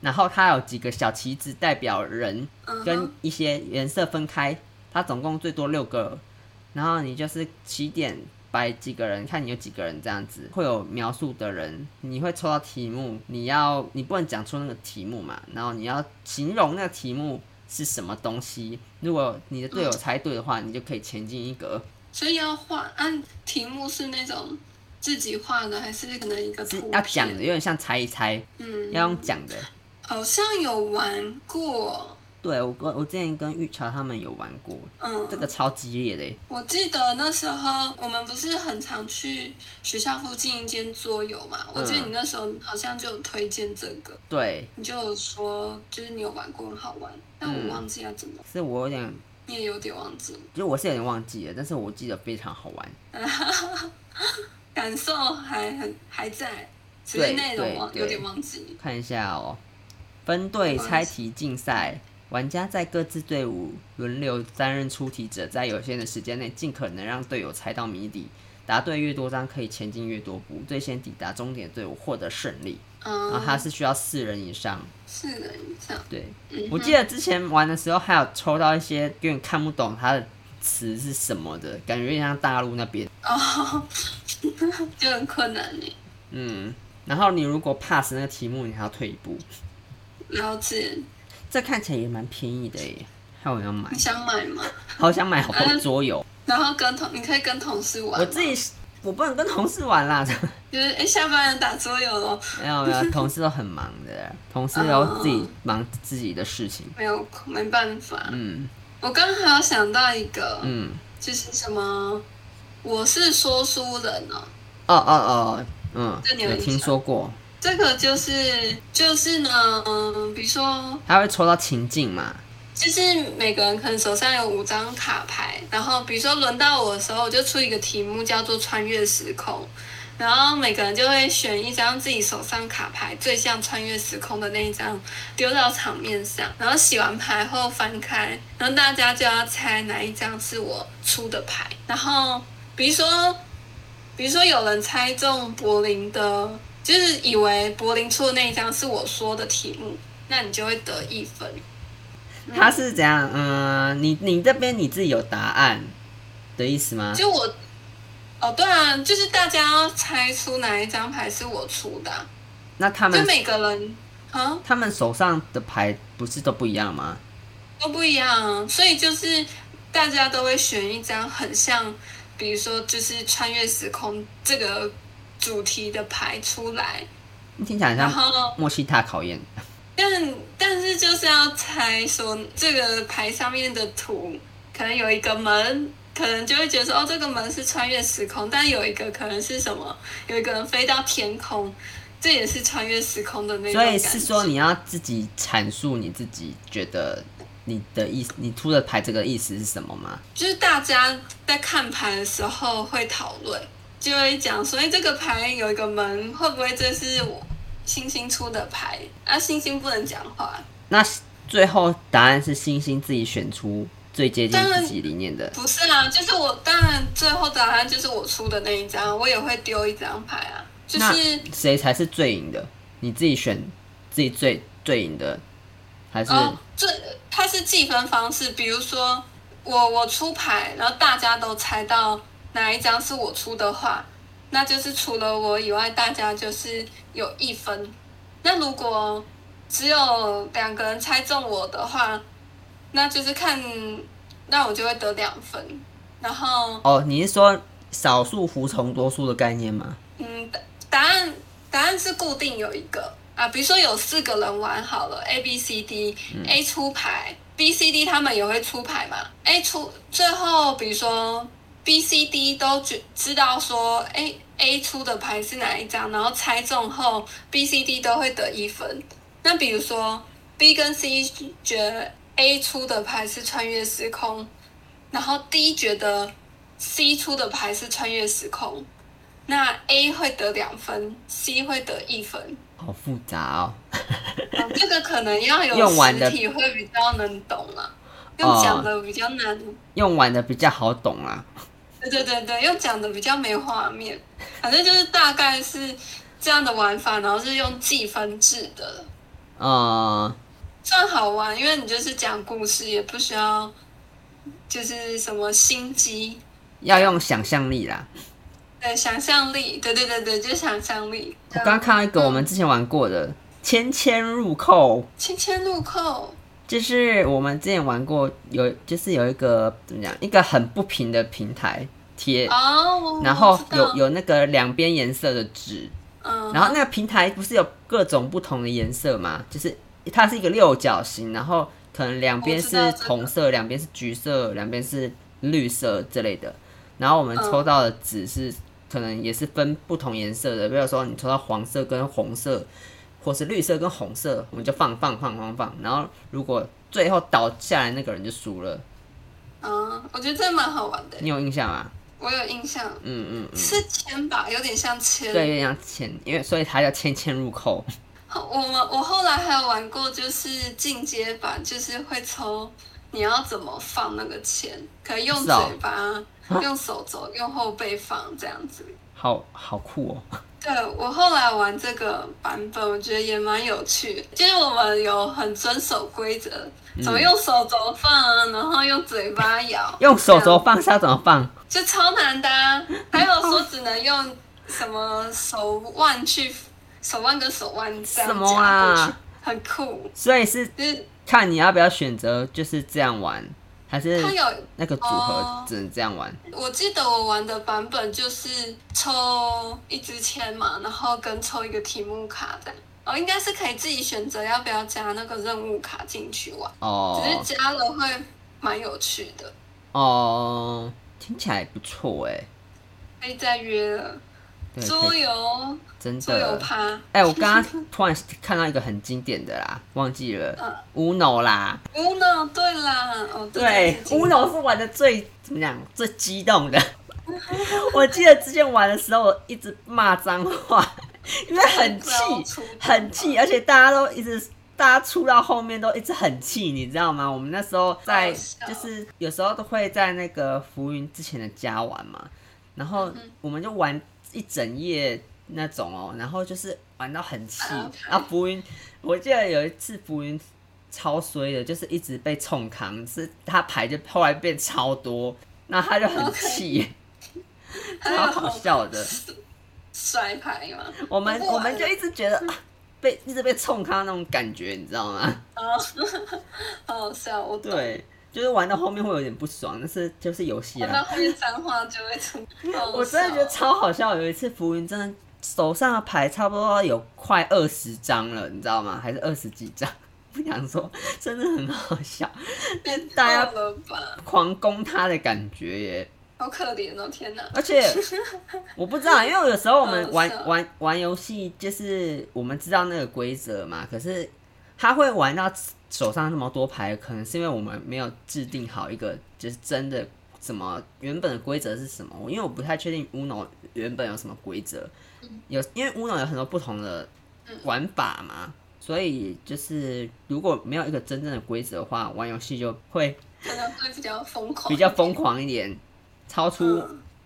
Speaker 1: 然后它有几个小旗子代表人，
Speaker 2: 嗯
Speaker 1: 跟
Speaker 2: 哼
Speaker 1: 一些颜色分开，它总共最多六个，然后你就是起点摆几个人，看你有几个人这样子，会有描述的人，你会抽到题目，你要你不能讲出那个题目嘛，然后你要形容那个题目是什么东西，如果你的队友猜对的话，你就可以前进一格，
Speaker 2: 所以要画，按题目是那种自己画的，还是可能一个
Speaker 1: 是
Speaker 2: 图
Speaker 1: 要
Speaker 2: 片
Speaker 1: 讲的，有点像猜一猜，
Speaker 2: 嗯，
Speaker 1: 要用讲的。
Speaker 2: 好像有玩过，
Speaker 1: 对我跟我之前跟玉桥他们有玩过，
Speaker 2: 嗯，
Speaker 1: 这个超激烈的耶，
Speaker 2: 我记得那时候我们不是很常去学校附近一间桌游嘛，我
Speaker 1: 嗯
Speaker 2: 记得你那时候好像就有推荐这个，
Speaker 1: 对，
Speaker 2: 你就有说就是你有玩过很好玩，但
Speaker 1: 嗯
Speaker 2: 我忘记要怎么，
Speaker 1: 是我有点
Speaker 2: 你也有点忘记，
Speaker 1: 就我是有点忘记了，但是我记得非常好玩。
Speaker 2: 感受还很还在，只
Speaker 1: 对
Speaker 2: 是内容忘
Speaker 1: 对对
Speaker 2: 有点忘记。
Speaker 1: 看一下哦，分队猜题竞赛，玩家在各自队伍轮流担任出题者，在有限的时间内，尽可能让队友猜到谜底。答对越多张，可以前进越多步，最先抵达终点的队伍获得胜利。然后它
Speaker 2: 嗯，
Speaker 1: 是需要四人以上。
Speaker 2: 是的，这样，
Speaker 1: 对，
Speaker 2: 嗯
Speaker 1: 我记得之前玩的时候，还有抽到一些有点看不懂它的词是什么的，感觉有点像大陆那边。
Speaker 2: 哦， <laughs> 就很困难呢。
Speaker 1: 嗯，然后你如果 pass 那个题目，你还要退一步。
Speaker 2: 了解，
Speaker 1: 这看起来也蛮便宜的耶，还有人要买
Speaker 2: 你，想买吗？
Speaker 1: <laughs> 好想买好多桌
Speaker 2: <laughs>
Speaker 1: 游。
Speaker 2: 然后跟同你可以跟同事玩吗，
Speaker 1: 我自己是我不能跟同事玩 <laughs> 啦，
Speaker 2: 就是哎、诶下班了打桌游咯，
Speaker 1: 没有没有，同事都很忙的，同事都自己忙自己的事情。
Speaker 2: 没有没办法。
Speaker 1: 嗯
Speaker 2: 我刚刚还有想到一个，
Speaker 1: 嗯，
Speaker 2: 就是什么，我是说书人哦，
Speaker 1: 哦哦哦，嗯
Speaker 2: 这，你有
Speaker 1: 有
Speaker 2: 印
Speaker 1: 听
Speaker 2: 象
Speaker 1: 说过，
Speaker 2: 这个就是就是呢，嗯，比如说
Speaker 1: 他会抽到情境嘛？
Speaker 2: 就是每个人可能手上有五张卡牌，然后比如说轮到我的时候，我就出一个题目叫做穿越时空，然后每个人就会选一张自己手上卡牌最像穿越时空的那一张丢到场面上，然后洗完牌后翻开，然后大家就要猜哪一张是我出的牌，然后比如说比如说有人猜中柏林的，就是以为柏林出的那一张是我说的题目，那你就会得一分。嗯
Speaker 1: 他是怎样？嗯，你你这边你自己有答案的意思吗？
Speaker 2: 就我，哦，对啊，就是大家要猜出哪一张牌是我出的啊、
Speaker 1: 那他
Speaker 2: 就
Speaker 1: 们
Speaker 2: 每个人啊
Speaker 1: 他们手上的牌不是都不一样吗？
Speaker 2: 都不一样啊，所以就是大家都会选一张很像，比如说就是穿越时空这个主题的牌出来，
Speaker 1: 听起来很
Speaker 2: 然
Speaker 1: 像
Speaker 2: 后
Speaker 1: 默契大考验。
Speaker 2: 但但是就是要猜说这个牌上面的图可能有一个门，可能就会觉得说哦，这个门是穿越时空，但有一个可能是什么，有一个人飞到天空，这也是穿越时空的那种
Speaker 1: 所
Speaker 2: 感
Speaker 1: 以
Speaker 2: 觉。
Speaker 1: 是说你要自己阐述你自己觉得你的意思，你出的牌这个意思是什么吗？
Speaker 2: 就是大家在看牌的时候会讨论，就会讲说，哎，这个牌有一个门，会不会这是我星星出的牌？啊，星星不能讲话，
Speaker 1: 那最后答案是星星自己选出最接近自己理念的。
Speaker 2: 不是啊，就是我当然最后答案就是我出的那一张，我也会丢一张牌啊。就是
Speaker 1: 那谁才是最赢的？你自己选自己最最赢的，还是、
Speaker 2: 哦，这它是计分方式，比如说我我出牌，然后大家都猜到哪一张是我出的话，那就是除了我以外，大家就是有一分。那如果只有两个人猜中我的话，那就是看，那我就会得两分。然后，
Speaker 1: 哦，你是说少数服从多数的概念吗？
Speaker 2: 嗯，答答案答案是固定有一个啊，比如说有四个人玩好了，A、B、C、D，A 出牌，B、C、D 他们也会出牌嘛？A 出最后，比如说 B、C、D 都觉知道说，哎，A 出的牌是哪一张，然后猜中后，B、C、D 都会得一分。那比如说 B 跟 C 觉得 A 出的牌是穿越时空，然后 D 觉得 C 出的牌是穿越时空。那 A 会得两分，C 会得一分。
Speaker 1: 好复杂哦。
Speaker 2: 啊这个可能要有
Speaker 1: 用完的
Speaker 2: 实体会比较能懂啊，
Speaker 1: 哦
Speaker 2: 用讲的比较难。
Speaker 1: 用完的比较好懂啊啦。
Speaker 2: 对对对对，用讲的比较没画面。反正就是大概是这样的玩法，然后是用计分制的，
Speaker 1: 呃，
Speaker 2: 算好玩，因为你就是讲故事，也不需要就是什么心机。
Speaker 1: 要用想象力啦。
Speaker 2: 对，想象力，对对对对，就是想象力。
Speaker 1: 我刚刚看到一个我们之前玩过的千千入扣，
Speaker 2: 千千入扣，
Speaker 1: 就是我们之前玩过有，就是有一个怎么讲，一个很不平的平台贴，
Speaker 2: 哦，我
Speaker 1: 然后
Speaker 2: 我知道
Speaker 1: 有有那个两边颜色的纸，
Speaker 2: 嗯，
Speaker 1: 然后那个平台不是有各种不同的颜色嘛？就是它是一个六角形，然后可能两边
Speaker 2: 我
Speaker 1: 是
Speaker 2: 知道
Speaker 1: 红色，两边是橘色，两边是绿色之类的。然后我们抽到的纸是、可能也是分不同颜色的，比如说你抽到黄色跟红色，或是绿色跟红色，我们就放放放放放。然后如果最后倒下来那个人就输了，
Speaker 2: 嗯，我觉得这蛮好玩的，
Speaker 1: 你有印象吗？
Speaker 2: 我有印象，
Speaker 1: 嗯嗯嗯，
Speaker 2: 是铅吧，有点像铅。
Speaker 1: 对，有点像千，因为所以它叫千千入扣。
Speaker 2: 后，我们我后来还有玩过，就是进阶版，就是会抽你要怎么放那个铅，可以用
Speaker 1: 是
Speaker 2: 嘴
Speaker 1: 哦
Speaker 2: 巴、
Speaker 1: <laughs>
Speaker 2: 用手肘、用后背放这样子。
Speaker 1: 好好酷哦！
Speaker 2: 对我后来玩这个版本，我觉得也蛮有趣，就是我们有很遵守规则，
Speaker 1: 嗯
Speaker 2: 怎么用手肘放啊，然后用嘴巴咬，
Speaker 1: 用手
Speaker 2: 这
Speaker 1: 肘
Speaker 2: 样
Speaker 1: 放是要怎么放？
Speaker 2: 就超难的、啊。还有说只能用什么手腕去，手腕跟手腕这样
Speaker 1: 什
Speaker 2: 夹
Speaker 1: 么
Speaker 2: 过去
Speaker 1: 啊，
Speaker 2: 很酷。
Speaker 1: 所以是
Speaker 2: 就是
Speaker 1: 看你要不要选择就是这样玩，还是
Speaker 2: 它有，
Speaker 1: 那个组合只能这样玩？
Speaker 2: 我记得我玩的版本就是抽一支签嘛，然后跟抽一个题目卡这样。哦，应该是可以自己选择要不要加那个任务卡进去玩，
Speaker 1: 哦
Speaker 2: 只是加了会蛮有趣的，
Speaker 1: 哦，听起来不错哎，
Speaker 2: 可以再约了。
Speaker 1: 对，
Speaker 2: 桌
Speaker 1: 可以
Speaker 2: 游，
Speaker 1: 真
Speaker 2: 桌游
Speaker 1: 的。
Speaker 2: 趴，
Speaker 1: 哎、我刚刚突然看到一个很经典的啦，忘记了、Uno
Speaker 2: 嗯
Speaker 1: 啦，
Speaker 2: Uno，对啦，哦，这
Speaker 1: 对
Speaker 2: 件事情
Speaker 1: ，Uno 是玩的最怎么讲最激动的。 <laughs> 我记得之前玩的时候，我一直骂脏话，因为很气
Speaker 2: 不要出，
Speaker 1: <laughs> 很气，而且大家都一直，大家出到后面都一直很气，你知道吗？我们那时候在，
Speaker 2: 好笑
Speaker 1: 就是有时候都会在那个浮云之前的家玩嘛，然后我们就玩一整夜那种哦，然后就是玩到很气
Speaker 2: 啊，
Speaker 1: 然后浮云，我记得有一次浮云超衰的，就是一直被冲扛，是他牌就后来变超多，那他就很气超好笑的。
Speaker 2: 甩牌嘛，
Speaker 1: 我们
Speaker 2: 不玩哎
Speaker 1: 我们就一直觉得、啊、被一直被冲康那种感觉，你知道吗？
Speaker 2: 好好笑，我懂。
Speaker 1: 啊对，就是玩到后面会有点不爽，但是就是游戏
Speaker 2: 我到
Speaker 1: 啊。
Speaker 2: 后面脏话就会出，好好
Speaker 1: 我真的觉得
Speaker 2: 笑
Speaker 1: 超好笑，有一次浮云真的手上的牌差不多有快二十张了，你知道吗？还是二十几张？ <laughs> 不想说，真的很好笑，
Speaker 2: 变
Speaker 1: 大家
Speaker 2: 胖了吧，
Speaker 1: 狂攻他的感觉耶。
Speaker 2: 好可怜哦，天哪！
Speaker 1: 而且
Speaker 2: <laughs>
Speaker 1: 我不知道，因为有时候我们玩
Speaker 2: 好笑
Speaker 1: 玩玩游戏，就是我们知道那个规则嘛，可是他会玩到手上那么多牌，可能是因为我们没有制定好一个就是真的什么原本的规则是什么，因为我不太确定 Uno 原本有什么规则，
Speaker 2: 嗯
Speaker 1: 有因为 Uno 有很多不同的玩法嘛。所以就是，如果没有一个真正的规则的话，玩游戏就会
Speaker 2: 可能会比较疯狂，
Speaker 1: 比较疯狂一点，超出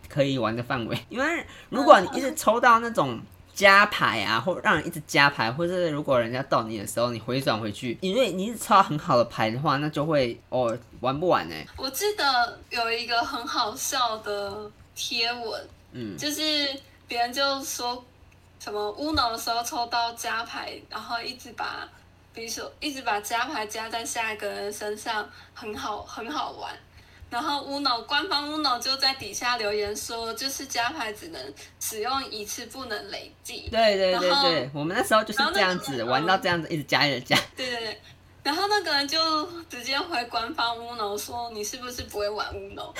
Speaker 1: 可以玩的范围。嗯因为如果你一直抽到那种加牌啊，或让人一直加牌，或是如果人家到你的时候，你回转回去，因为你一直抽到很好的牌的话，那就会哦玩不完呢、
Speaker 2: 我记得有一个很好笑的贴文，
Speaker 1: 嗯，
Speaker 2: 就是别人就说什么乌脑的时候抽到加牌，然后一直把，比如说一直把加牌加在下一个人身上，很好很好玩。然后乌脑官方乌脑就在底下留言说，就是加牌只能使用一次，不能累计。
Speaker 1: 对对对
Speaker 2: 然后
Speaker 1: 对，我们那时候就是这样子
Speaker 2: 然后那个
Speaker 1: 玩到这样子，一直加一直加。
Speaker 2: 对对对。然后那个人就直接回官方乌龙说：“你是不是不会玩乌龙？”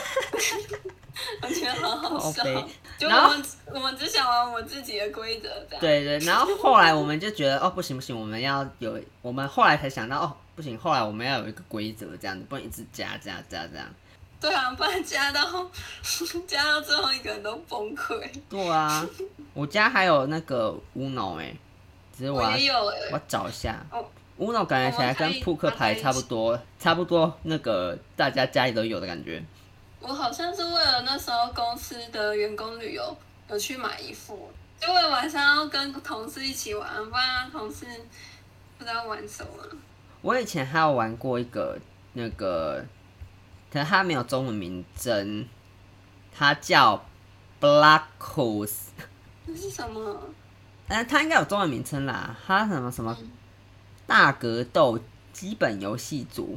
Speaker 2: <laughs> 我觉得好好
Speaker 1: 靠
Speaker 2: 笑
Speaker 1: 北。
Speaker 2: 就
Speaker 1: 然
Speaker 2: 我
Speaker 1: 后
Speaker 2: 们我们只想玩我们自己的规则，这
Speaker 1: <laughs>
Speaker 2: 样。
Speaker 1: 对对，然后后来我们就觉得哦不行不行，我们要有，我们后来才想到哦不行，后来我们要有一个规则这样子，不能一直加加加这样。
Speaker 2: 对啊，不然加到 <laughs> 加到最后一个人都
Speaker 1: <laughs>
Speaker 2: 崩溃。
Speaker 1: 对
Speaker 2: <laughs>
Speaker 1: 啊，我家还有那个 Uno 哎、只是我
Speaker 2: 我
Speaker 1: 要
Speaker 2: 也有欸
Speaker 1: 我要找一下
Speaker 2: 哦。
Speaker 1: Uno 感觉起来跟扑克牌差不多，差不多那个大家家里都有的感觉。
Speaker 2: 我好像是为了那时候公司的员工旅游有去买衣服，就为了晚上要跟同事一起玩，不然同事不知道玩什么。
Speaker 1: 我以前还有玩过一个那个，可是它没有中文名称，它叫 Blackos，
Speaker 2: 那是什么？
Speaker 1: 呃，它应该有中文名称啦，它什么什么
Speaker 2: 嗯
Speaker 1: 大格斗基本游戏组，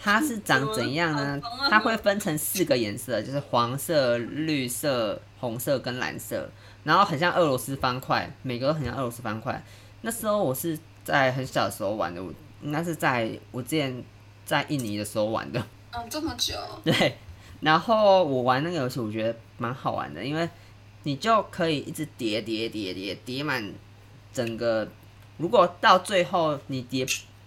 Speaker 1: 它是长怎样呢
Speaker 2: 怎么好疯啊？
Speaker 1: 它会分成四个颜色，就是黄色、绿色、红色跟蓝色，然后很像俄罗斯方块，每个都很像俄罗斯方块。那时候我是在很小的时候玩的，我应该是在我之前在印尼的时候玩的，
Speaker 2: 嗯，这么久。
Speaker 1: 对， <laughs> 然后我玩那个游戏，我觉得蛮好玩的，因为你就可以一直叠叠叠叠叠满整个。如果到最后你叠，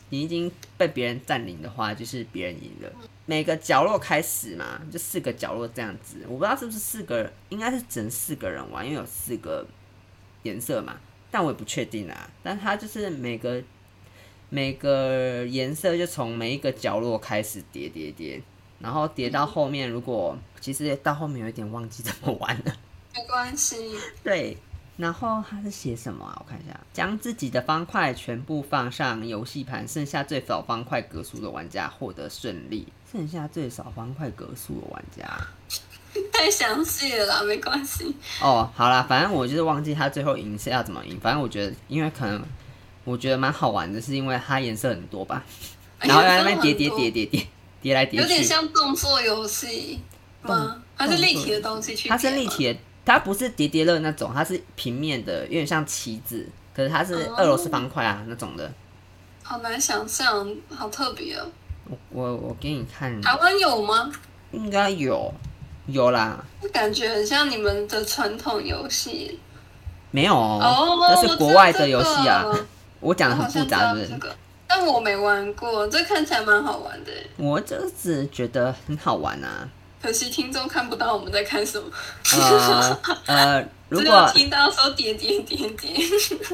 Speaker 1: 你已经被别人占领的话，就是别人赢了。每个角落开始嘛，就四个角落这样子。我不知道是不是四个人，应该是只能四个人玩，因为有四个颜色嘛，但我也不确定啊。但它就是每个每个颜色就从每一个角落开始叠叠叠，然后叠到后面，如果其实到后面有一点忘记怎么玩了。 <laughs>
Speaker 2: 没关系，
Speaker 1: 对，然后它是写什么啊？我看一下，将自己的方块全部放上游戏盘，剩下最少方块格数的玩家获得胜利。剩下最少方块格数的玩家。
Speaker 2: 太详细了啦，没关系。
Speaker 1: 哦，好啦，反正我就是忘记它最后赢是要怎么赢。反正我觉得，因为可能我觉得蛮好玩的，是因为它颜色很多吧，
Speaker 2: 哎
Speaker 1: 然后在那边叠叠叠叠叠叠来叠
Speaker 2: 有点
Speaker 1: 去。嗯
Speaker 2: 像动作游戏吗？它是立体的东西去，
Speaker 1: 它是立，体的，它不是叠叠乐那种，它是平面的，有点像棋子，可是它是
Speaker 2: 哦
Speaker 1: 俄罗斯方块啊、那种的。
Speaker 2: 好难想象，好特别哦。
Speaker 1: 我我我给你看，
Speaker 2: 台湾有吗？
Speaker 1: 应该有有啦，
Speaker 2: 感觉很像你们的传统游戏
Speaker 1: 没有哦，
Speaker 2: 哦
Speaker 1: 那是国外的游戏啊。
Speaker 2: 我知道这个
Speaker 1: 我讲的
Speaker 2: 我好
Speaker 1: 很复
Speaker 2: 像知
Speaker 1: 杂，是
Speaker 2: 道
Speaker 1: 不
Speaker 2: 这
Speaker 1: 是？
Speaker 2: 个，但我没玩过，这看起来蛮好玩的。
Speaker 1: 我就只是觉得很好玩
Speaker 2: <laughs>
Speaker 1: 啊。
Speaker 2: 可惜听众看不到我们在看什么， <laughs>
Speaker 1: 呃呃，如
Speaker 2: 只
Speaker 1: 果
Speaker 2: 有听到说叠叠叠叠，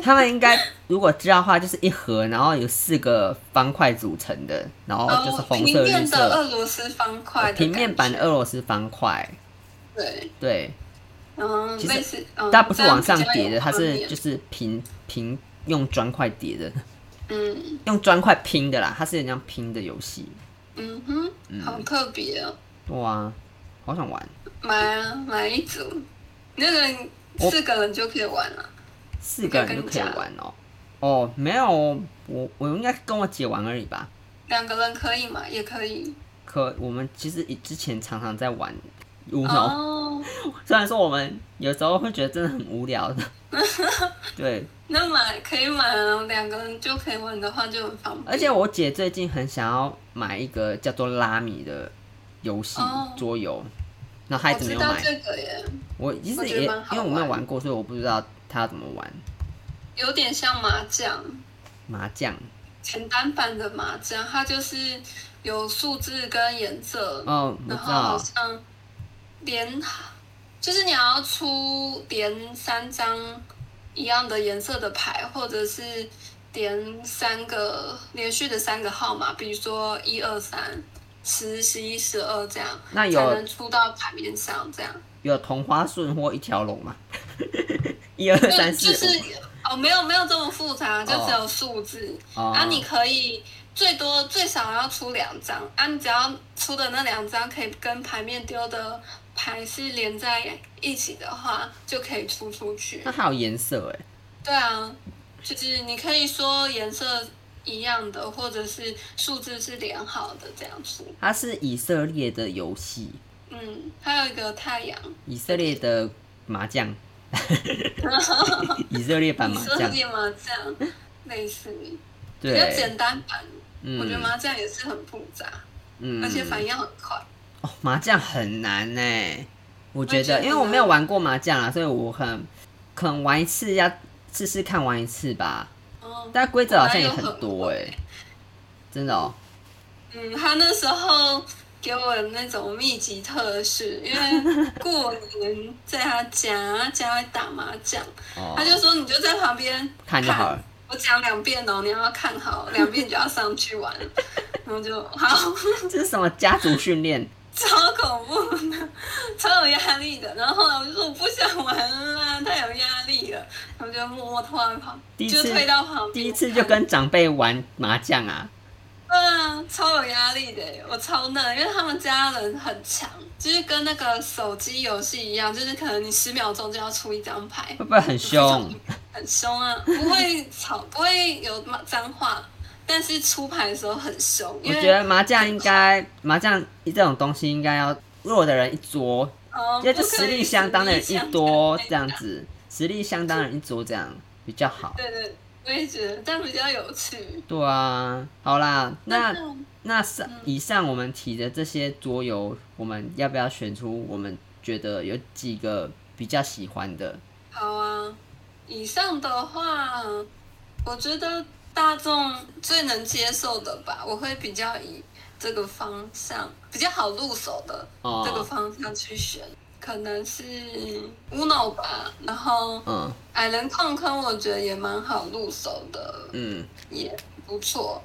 Speaker 1: 他们应该如果知道的话，就是一盒，然后有四个方块组成的，然后哦就是红
Speaker 2: 哦平
Speaker 1: 色、绿
Speaker 2: 面的
Speaker 1: 色，
Speaker 2: 俄罗斯方块的
Speaker 1: 平面版
Speaker 2: 感
Speaker 1: 的俄罗斯方块，
Speaker 2: 觉对。
Speaker 1: 对。
Speaker 2: 嗯，
Speaker 1: 其实
Speaker 2: 类似，嗯
Speaker 1: 它不是往上叠
Speaker 2: 这
Speaker 1: 的，
Speaker 2: 样
Speaker 1: 它
Speaker 2: 比较有画
Speaker 1: 是
Speaker 2: 面
Speaker 1: 就是平平用砖块叠的，
Speaker 2: 嗯
Speaker 1: 用砖块拼的啦，它是有点像拼的游戏。
Speaker 2: 嗯哼，好特别哦，
Speaker 1: 哇，好想玩！
Speaker 2: 买啊买一组，那个
Speaker 1: 我
Speaker 2: 四个人就可以玩了。
Speaker 1: 四个人就可以玩哦。哦，没有，我我应该跟我姐玩而已吧。
Speaker 2: 两个人可以吗？也可以
Speaker 1: 可我们其实以之前常常在玩 Uno，、
Speaker 2: 哦。
Speaker 1: <laughs> 虽然说我们有时候会觉得真的很无聊
Speaker 2: <laughs>
Speaker 1: 的，对。
Speaker 2: 那买可以买啊，两个人就可以玩的话就很方便。
Speaker 1: 而且我姐最近很想要买一个叫做拉米的游戏、
Speaker 2: 哦
Speaker 1: 桌游，然后她一
Speaker 2: 我
Speaker 1: 直没
Speaker 2: 知
Speaker 1: 有
Speaker 2: 道
Speaker 1: 买。
Speaker 2: 这个耶，
Speaker 1: 我其
Speaker 2: 我
Speaker 1: 实
Speaker 2: 觉得
Speaker 1: 也
Speaker 2: 蛮好
Speaker 1: 因为我没有
Speaker 2: 玩
Speaker 1: 玩过，所以我不知道它怎么玩
Speaker 2: 有点像麻将，
Speaker 1: 麻将。
Speaker 2: 简单版的麻将，它就是有数字跟颜色，
Speaker 1: 哦，我
Speaker 2: 然
Speaker 1: 知
Speaker 2: 后
Speaker 1: 道，
Speaker 2: 好像连，就是你要出连三张一样的颜色的牌，或者是连三个连续的三个号码，比如说一二三、十、十一、十二这样，
Speaker 1: 那
Speaker 2: 才
Speaker 1: 有
Speaker 2: 能出到牌面上这样。
Speaker 1: 有同花顺或一条龙嘛？一二三
Speaker 2: 就
Speaker 1: 四
Speaker 2: 就是
Speaker 1: 五。
Speaker 2: 哦，没有没有这么复杂，就只有数字。
Speaker 1: 哦
Speaker 2: 啊，你可以最多最少要出两张，啊，你只要出的那两张可以跟牌面丢的牌是连在一起的话，就可以出出去
Speaker 1: 那。还有颜色哎，
Speaker 2: 对啊，就是你可以说颜色一样的，或者是数字是连好的这样子。
Speaker 1: 它是以色列的游戏，
Speaker 2: 嗯，还有一个太阳，
Speaker 1: 以色列的麻将， <laughs> 以色列版
Speaker 2: 以
Speaker 1: 麻
Speaker 2: 色
Speaker 1: 将，
Speaker 2: 列麻将类似比较
Speaker 1: 对，
Speaker 2: 简单版。我觉得
Speaker 1: 嗯
Speaker 2: 麻将也是很复杂，
Speaker 1: 嗯，
Speaker 2: 而且反应要很快。
Speaker 1: 哦，麻将很难呢、我觉
Speaker 2: 觉得
Speaker 1: 得，
Speaker 2: 呢
Speaker 1: 因为我没有玩过麻将啊，所以我很可能玩一次要试试看玩一次吧。
Speaker 2: 嗯
Speaker 1: 但规则好像也很多哎、真的哦，
Speaker 2: 嗯，他那时候给我那种密集特训，
Speaker 1: <laughs>
Speaker 2: 因为过年在他家，他家会打麻将，
Speaker 1: 哦
Speaker 2: 他就说你就在旁边
Speaker 1: 看就好了。
Speaker 2: 我讲两遍哦，你要看好，两遍就要上去玩， <laughs> 然后就好，
Speaker 1: <laughs> 这是什么家族训练？
Speaker 2: 超恐怖的，超有压力的。然后后来我就说我不想玩了啦，太有压力了，然后就默默拖到旁，
Speaker 1: 第一
Speaker 2: 就
Speaker 1: 次
Speaker 2: 推到旁边，
Speaker 1: 第一次就跟长辈玩麻将啊，
Speaker 2: 嗯，超有压力的，我超嫩，因为他们家人很强，就是跟那个手机游戏一样，就是可能你十秒钟就要出一张牌，
Speaker 1: 会不会很凶？
Speaker 2: <laughs> 很凶啊，不会吵，不会有骂脏话，但是出牌的时候很凶，
Speaker 1: 我
Speaker 2: 因
Speaker 1: 觉
Speaker 2: 为
Speaker 1: 得麻将应该，麻将这种东西应该要弱的人一桌，
Speaker 2: 呃，
Speaker 1: 因为
Speaker 2: 不
Speaker 1: 就
Speaker 2: 可以
Speaker 1: 实力相当的人
Speaker 2: 实力
Speaker 1: 一
Speaker 2: 相
Speaker 1: 桌
Speaker 2: 当
Speaker 1: 这样子，实力相当的人一桌这样比较好。
Speaker 2: 对对，我也觉得这样比较有趣。
Speaker 1: 对啊，好啦，那
Speaker 2: 那
Speaker 1: 那上以上我们提的这些桌游，我们要不要选出我们觉得有几个比较喜欢的？
Speaker 2: 好啊，以上的话，我觉得大众最能接受的吧，我会比较以这个方向比较好入手的
Speaker 1: 哦
Speaker 2: 这个方向去选，可能是 Uno 吧，然后
Speaker 1: 嗯
Speaker 2: 矮人矿坑我觉得也蛮好入手的， <laughs>
Speaker 1: 嗯，
Speaker 2: 也不错。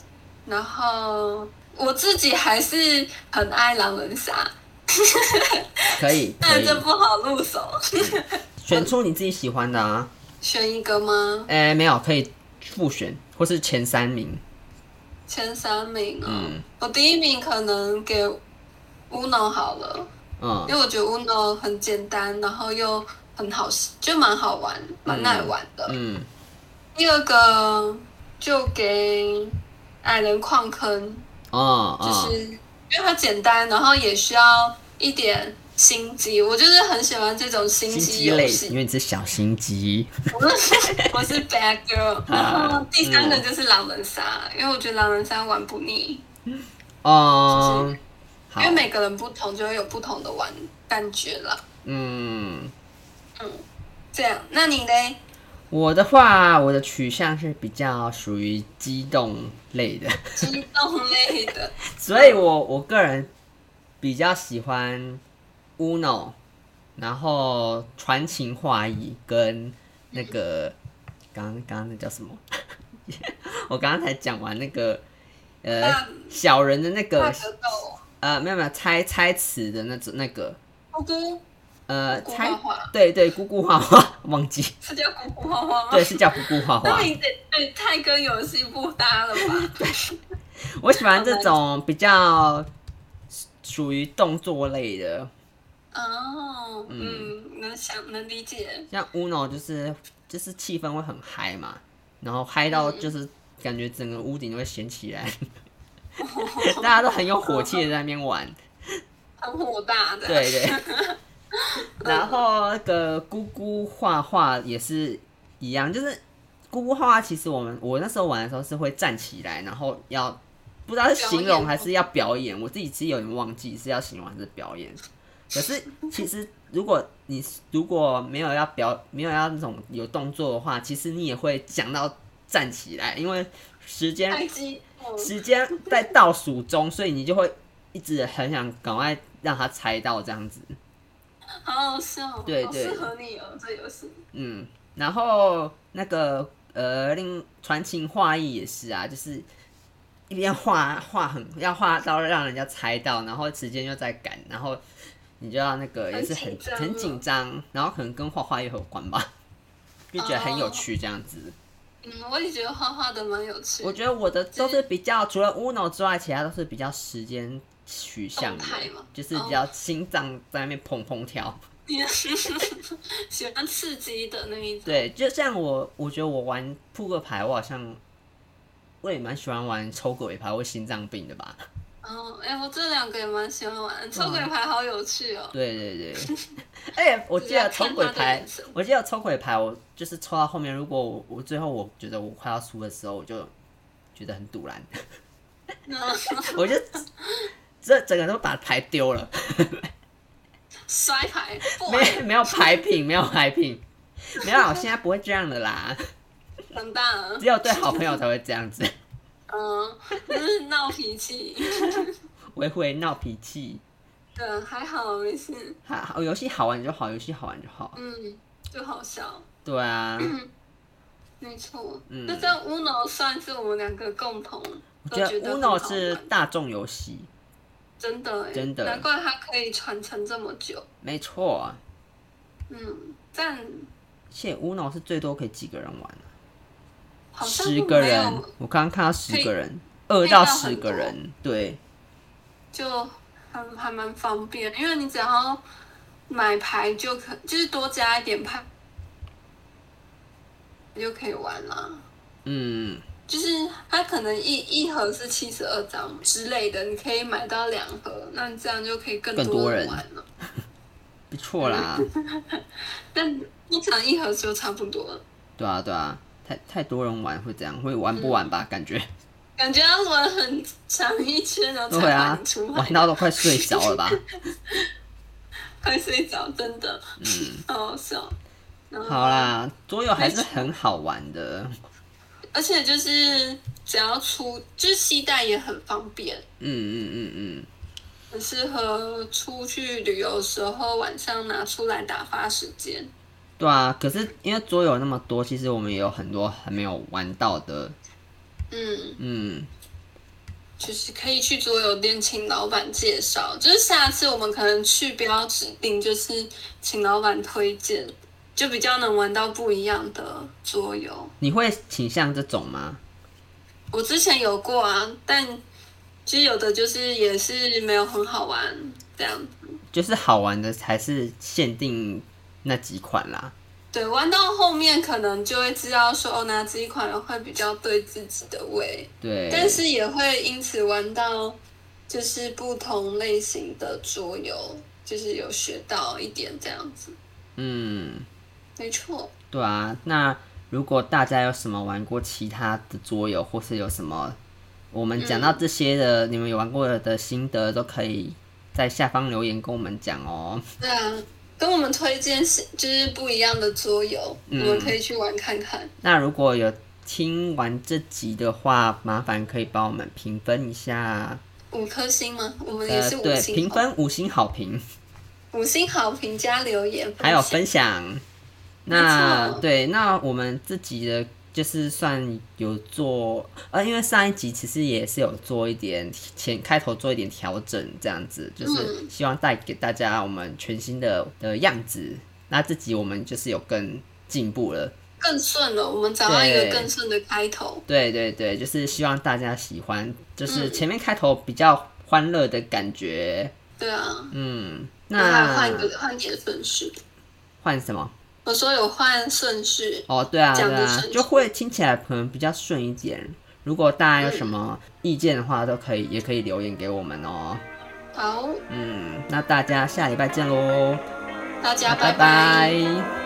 Speaker 2: 然后我自己还是很爱狼人杀，
Speaker 1: 可以可
Speaker 2: 但
Speaker 1: 以
Speaker 2: 这，不好入手，
Speaker 1: 选出你自己喜欢的啊。
Speaker 2: 选一个吗？
Speaker 1: 哎、没有，可以复选或是前三名。
Speaker 2: 前三名哦。
Speaker 1: 嗯
Speaker 2: 我第一名可能给 Uno 好了，
Speaker 1: 嗯
Speaker 2: 因为我觉得 Uno 很简单，然后又很好，就蛮好玩，蛮耐玩的。
Speaker 1: 嗯，
Speaker 2: 第二个就给矮人矿坑，
Speaker 1: 哦
Speaker 2: 就
Speaker 1: 哦
Speaker 2: 是，因为它简单，然后也需要一点心机。我就是很喜欢这种心
Speaker 1: 心
Speaker 2: 机
Speaker 1: 机
Speaker 2: 游
Speaker 1: 类，
Speaker 2: 戏
Speaker 1: 因。为你是小心机。
Speaker 2: 我是 <laughs> 我是 bad girl，然
Speaker 1: 啊
Speaker 2: 后第三
Speaker 1: 嗯
Speaker 2: 个就是狼人杀，因为我觉得狼人杀玩不腻。
Speaker 1: 哦、好
Speaker 2: 因，为每个人不同，就会有不同的玩感觉啦。
Speaker 1: 嗯。
Speaker 2: 这样，那你
Speaker 1: <laughs>
Speaker 2: 嘞？
Speaker 1: 我的话，我的取向是比较属于激动类的，
Speaker 2: 激动类的，
Speaker 1: 所以我我个人比较喜欢 Uno，然后传情画意跟那个刚刚刚刚那叫什么？ <laughs> 我刚刚才讲完那个 <laughs> 呃
Speaker 2: 大
Speaker 1: 小人的那
Speaker 2: 大
Speaker 1: 个
Speaker 2: 格斗、
Speaker 1: 呃没有没有猜猜词的那种那个
Speaker 2: 姑姑、
Speaker 1: 呃
Speaker 2: 姑姑
Speaker 1: 猜
Speaker 2: 画画，
Speaker 1: 对对姑姑画画 <laughs> 忘记
Speaker 2: 是叫姑姑画画吗？
Speaker 1: 对是叫姑姑画
Speaker 2: 那
Speaker 1: 画。
Speaker 2: 你得 <laughs> 对太跟游戏不搭了
Speaker 1: <laughs>
Speaker 2: 吧？
Speaker 1: 我喜欢这种比较属于动作类的，
Speaker 2: 哦，嗯，能想能理解，
Speaker 1: 像 Uno 就是就是气氛会很嗨嘛，然后嗨到就是感觉整个屋顶都会掀起来，大家都很有火气的在那边玩，
Speaker 2: 很火大
Speaker 1: <laughs>
Speaker 2: 的。
Speaker 1: 对
Speaker 2: <laughs>
Speaker 1: 对。然后那个姑姑画画也是一样，就是姑姑画画，其实我们我那时候玩的时候是会站起来，然后要不知道是形
Speaker 2: 表
Speaker 1: 容
Speaker 2: 演
Speaker 1: 还是要表演，我自己其实有点忘记是要形容还是表演。可是其实如果你如果没有要表没有要那种有动作的话，其实你也会讲到站起来，因为时间
Speaker 2: 太激动了，
Speaker 1: 时间在倒数中，所以你就会一直很想赶快让他猜到这样子。
Speaker 2: 好好笑哦，
Speaker 1: 对
Speaker 2: 好
Speaker 1: 对
Speaker 2: 适合你哦，这游戏。
Speaker 1: 嗯，然后那个呃，令传情画意也是啊，就是一边画画很要画到让人家猜到，然后时间又在赶，然后你就要那个也是很
Speaker 2: 很紧张
Speaker 1: 很紧张，然后可能跟画画也有关吧，就觉得很有
Speaker 2: 哦
Speaker 1: 趣这样子。
Speaker 2: 嗯，我也觉得画画的蛮有趣
Speaker 1: 我。觉得我的都是比较除了 Uno 之外，其他都是比较时间取向的
Speaker 2: 动态吗，
Speaker 1: 就是比较心脏在那边砰砰跳。
Speaker 2: <laughs> 喜欢刺激的那一种。
Speaker 1: 对，就像我，我觉得我玩扑克牌，我好像我也蛮喜欢玩抽鬼牌或心脏病的吧。
Speaker 2: 哦，哎、我这两个也蛮喜欢
Speaker 1: 嗯
Speaker 2: 玩，抽鬼牌好有趣哦。
Speaker 1: 对对对， <laughs> 而且我记得抽鬼牌，我记得抽鬼牌，我就是抽到后面，如果我我最后我觉得我快要输的时候，我就觉得很堵然，
Speaker 2: 嗯
Speaker 1: 我就这整个都把牌丢了，
Speaker 2: <laughs> 摔牌不玩，
Speaker 1: 没没有牌品，没有牌品，没有啦，我现在不会这样的啦，
Speaker 2: 长大了，
Speaker 1: 只有对好朋友才会这样子， <laughs>
Speaker 2: 嗯，就是闹脾气。
Speaker 1: 我也会闹脾气。
Speaker 2: 对，还好没事，
Speaker 1: 好，好游戏好玩就好，游戏好玩就好。
Speaker 2: 嗯，就好笑，
Speaker 1: 对啊，
Speaker 2: 嗯没错。
Speaker 1: 嗯
Speaker 2: 那这样 Uno 算是我们两个共同
Speaker 1: 我
Speaker 2: 都
Speaker 1: 觉
Speaker 2: 觉
Speaker 1: 得
Speaker 2: 得很好
Speaker 1: Uno
Speaker 2: 玩
Speaker 1: 是大众游戏，
Speaker 2: 真的耶，欸
Speaker 1: 真的
Speaker 2: 难怪它可以传承这么久。
Speaker 1: 没错，啊而
Speaker 2: 嗯，但
Speaker 1: 且 Uno 是最多可以几个人玩啊。
Speaker 2: 好像
Speaker 1: 十个
Speaker 2: 没
Speaker 1: 人
Speaker 2: 有，
Speaker 1: 我刚刚看到十个人，二
Speaker 2: 可以
Speaker 1: 到
Speaker 2: 到
Speaker 1: 十
Speaker 2: 很
Speaker 1: 个
Speaker 2: 多
Speaker 1: 人，对，
Speaker 2: 就还还蛮方便，因为你只要买牌就可，就是多加一点牌，你就可以玩啦。
Speaker 1: 嗯，
Speaker 2: 就是它可能一一盒是七十二张之类的，你可以买到两盒，那你这样就可以更
Speaker 1: 更多人
Speaker 2: 人玩了。
Speaker 1: 不错啦，
Speaker 2: 但通常一盒就差不多了，
Speaker 1: 对啊对啊，太太多人玩会这样，会玩不完吧？感觉
Speaker 2: 感觉要玩很长一圈然后
Speaker 1: 对
Speaker 2: 才
Speaker 1: 啊
Speaker 2: 玩出，来，
Speaker 1: 玩到都快睡着了
Speaker 2: <laughs>
Speaker 1: 吧？
Speaker 2: 快睡着，真的，
Speaker 1: 嗯，
Speaker 2: 好好笑。然后
Speaker 1: 好啦，桌游还是很好玩的，
Speaker 2: 而且就是只要出，就是携带也很方便，
Speaker 1: 嗯嗯嗯嗯，
Speaker 2: 很适合出去旅游的时候晚上拿出来打发时间。
Speaker 1: 对啊，可是因为桌游那么多，其实我们也有很多还没有玩到的，
Speaker 2: 嗯，
Speaker 1: 嗯，
Speaker 2: 就是可以去桌游店请老板介绍，就是下次我们可能去不要指定，就是请老板推荐，就比较能玩到不一样的桌游。
Speaker 1: 你会倾向这种吗？
Speaker 2: 我之前有过啊，但其实有的就是也是没有很好玩这样。
Speaker 1: 就是好玩的才是限定那几款啦，
Speaker 2: 对，玩到后面可能就会知道说，哦，哪几款会比较对自己的胃，
Speaker 1: 对，
Speaker 2: 但是也会因此玩到就是不同类型的桌游，就是有学到一点这样子。
Speaker 1: 嗯。
Speaker 2: 没错，
Speaker 1: 对啊，那如果大家有什么玩过其他的桌游，或是有什么我们讲到
Speaker 2: 嗯
Speaker 1: 这些的，你们有玩过的心得，都可以在下方留言跟我们讲哦。
Speaker 2: 对啊，跟我们推荐是就是不一样的桌游，
Speaker 1: 嗯
Speaker 2: 我们可以去玩看看。
Speaker 1: 那如果有听完这集的话，麻烦可以帮我们评分一下，
Speaker 2: 五颗星吗？我们也
Speaker 1: 呃
Speaker 2: 是，五
Speaker 1: 对，
Speaker 2: 星
Speaker 1: 评
Speaker 2: 好
Speaker 1: 分五星好评，
Speaker 2: 五星好评加留言，
Speaker 1: 还有
Speaker 2: 享
Speaker 1: 分享。那
Speaker 2: 没错
Speaker 1: 对，那我们自己的就是算有做，呃，因为上一集其实也是有做一点前开头做一点调整，这样子
Speaker 2: 嗯
Speaker 1: 就是希望带给大家我们全新的的样子。那这集我们就是有更进步了，
Speaker 2: 更顺了，我们找到一
Speaker 1: 对
Speaker 2: 个更顺的开头。
Speaker 1: 对对对，就是希望大家喜欢，
Speaker 2: 嗯
Speaker 1: 就是前面开头比较欢乐的感觉，
Speaker 2: 对啊，
Speaker 1: 嗯，
Speaker 2: 那
Speaker 1: 那
Speaker 2: 换一个换你的顺序。
Speaker 1: 换什么？
Speaker 2: 我说有换顺序，
Speaker 1: 哦，对啊，
Speaker 2: 讲
Speaker 1: 对
Speaker 2: 得
Speaker 1: 啊
Speaker 2: 顺，
Speaker 1: 就会听起来可能比较顺一点。如果大家有什么意见的话，都可以，也可以留言给我们哦。
Speaker 2: 好，
Speaker 1: 嗯，那大家下礼拜见喽，
Speaker 2: 大家
Speaker 1: 拜
Speaker 2: 拜
Speaker 1: 拜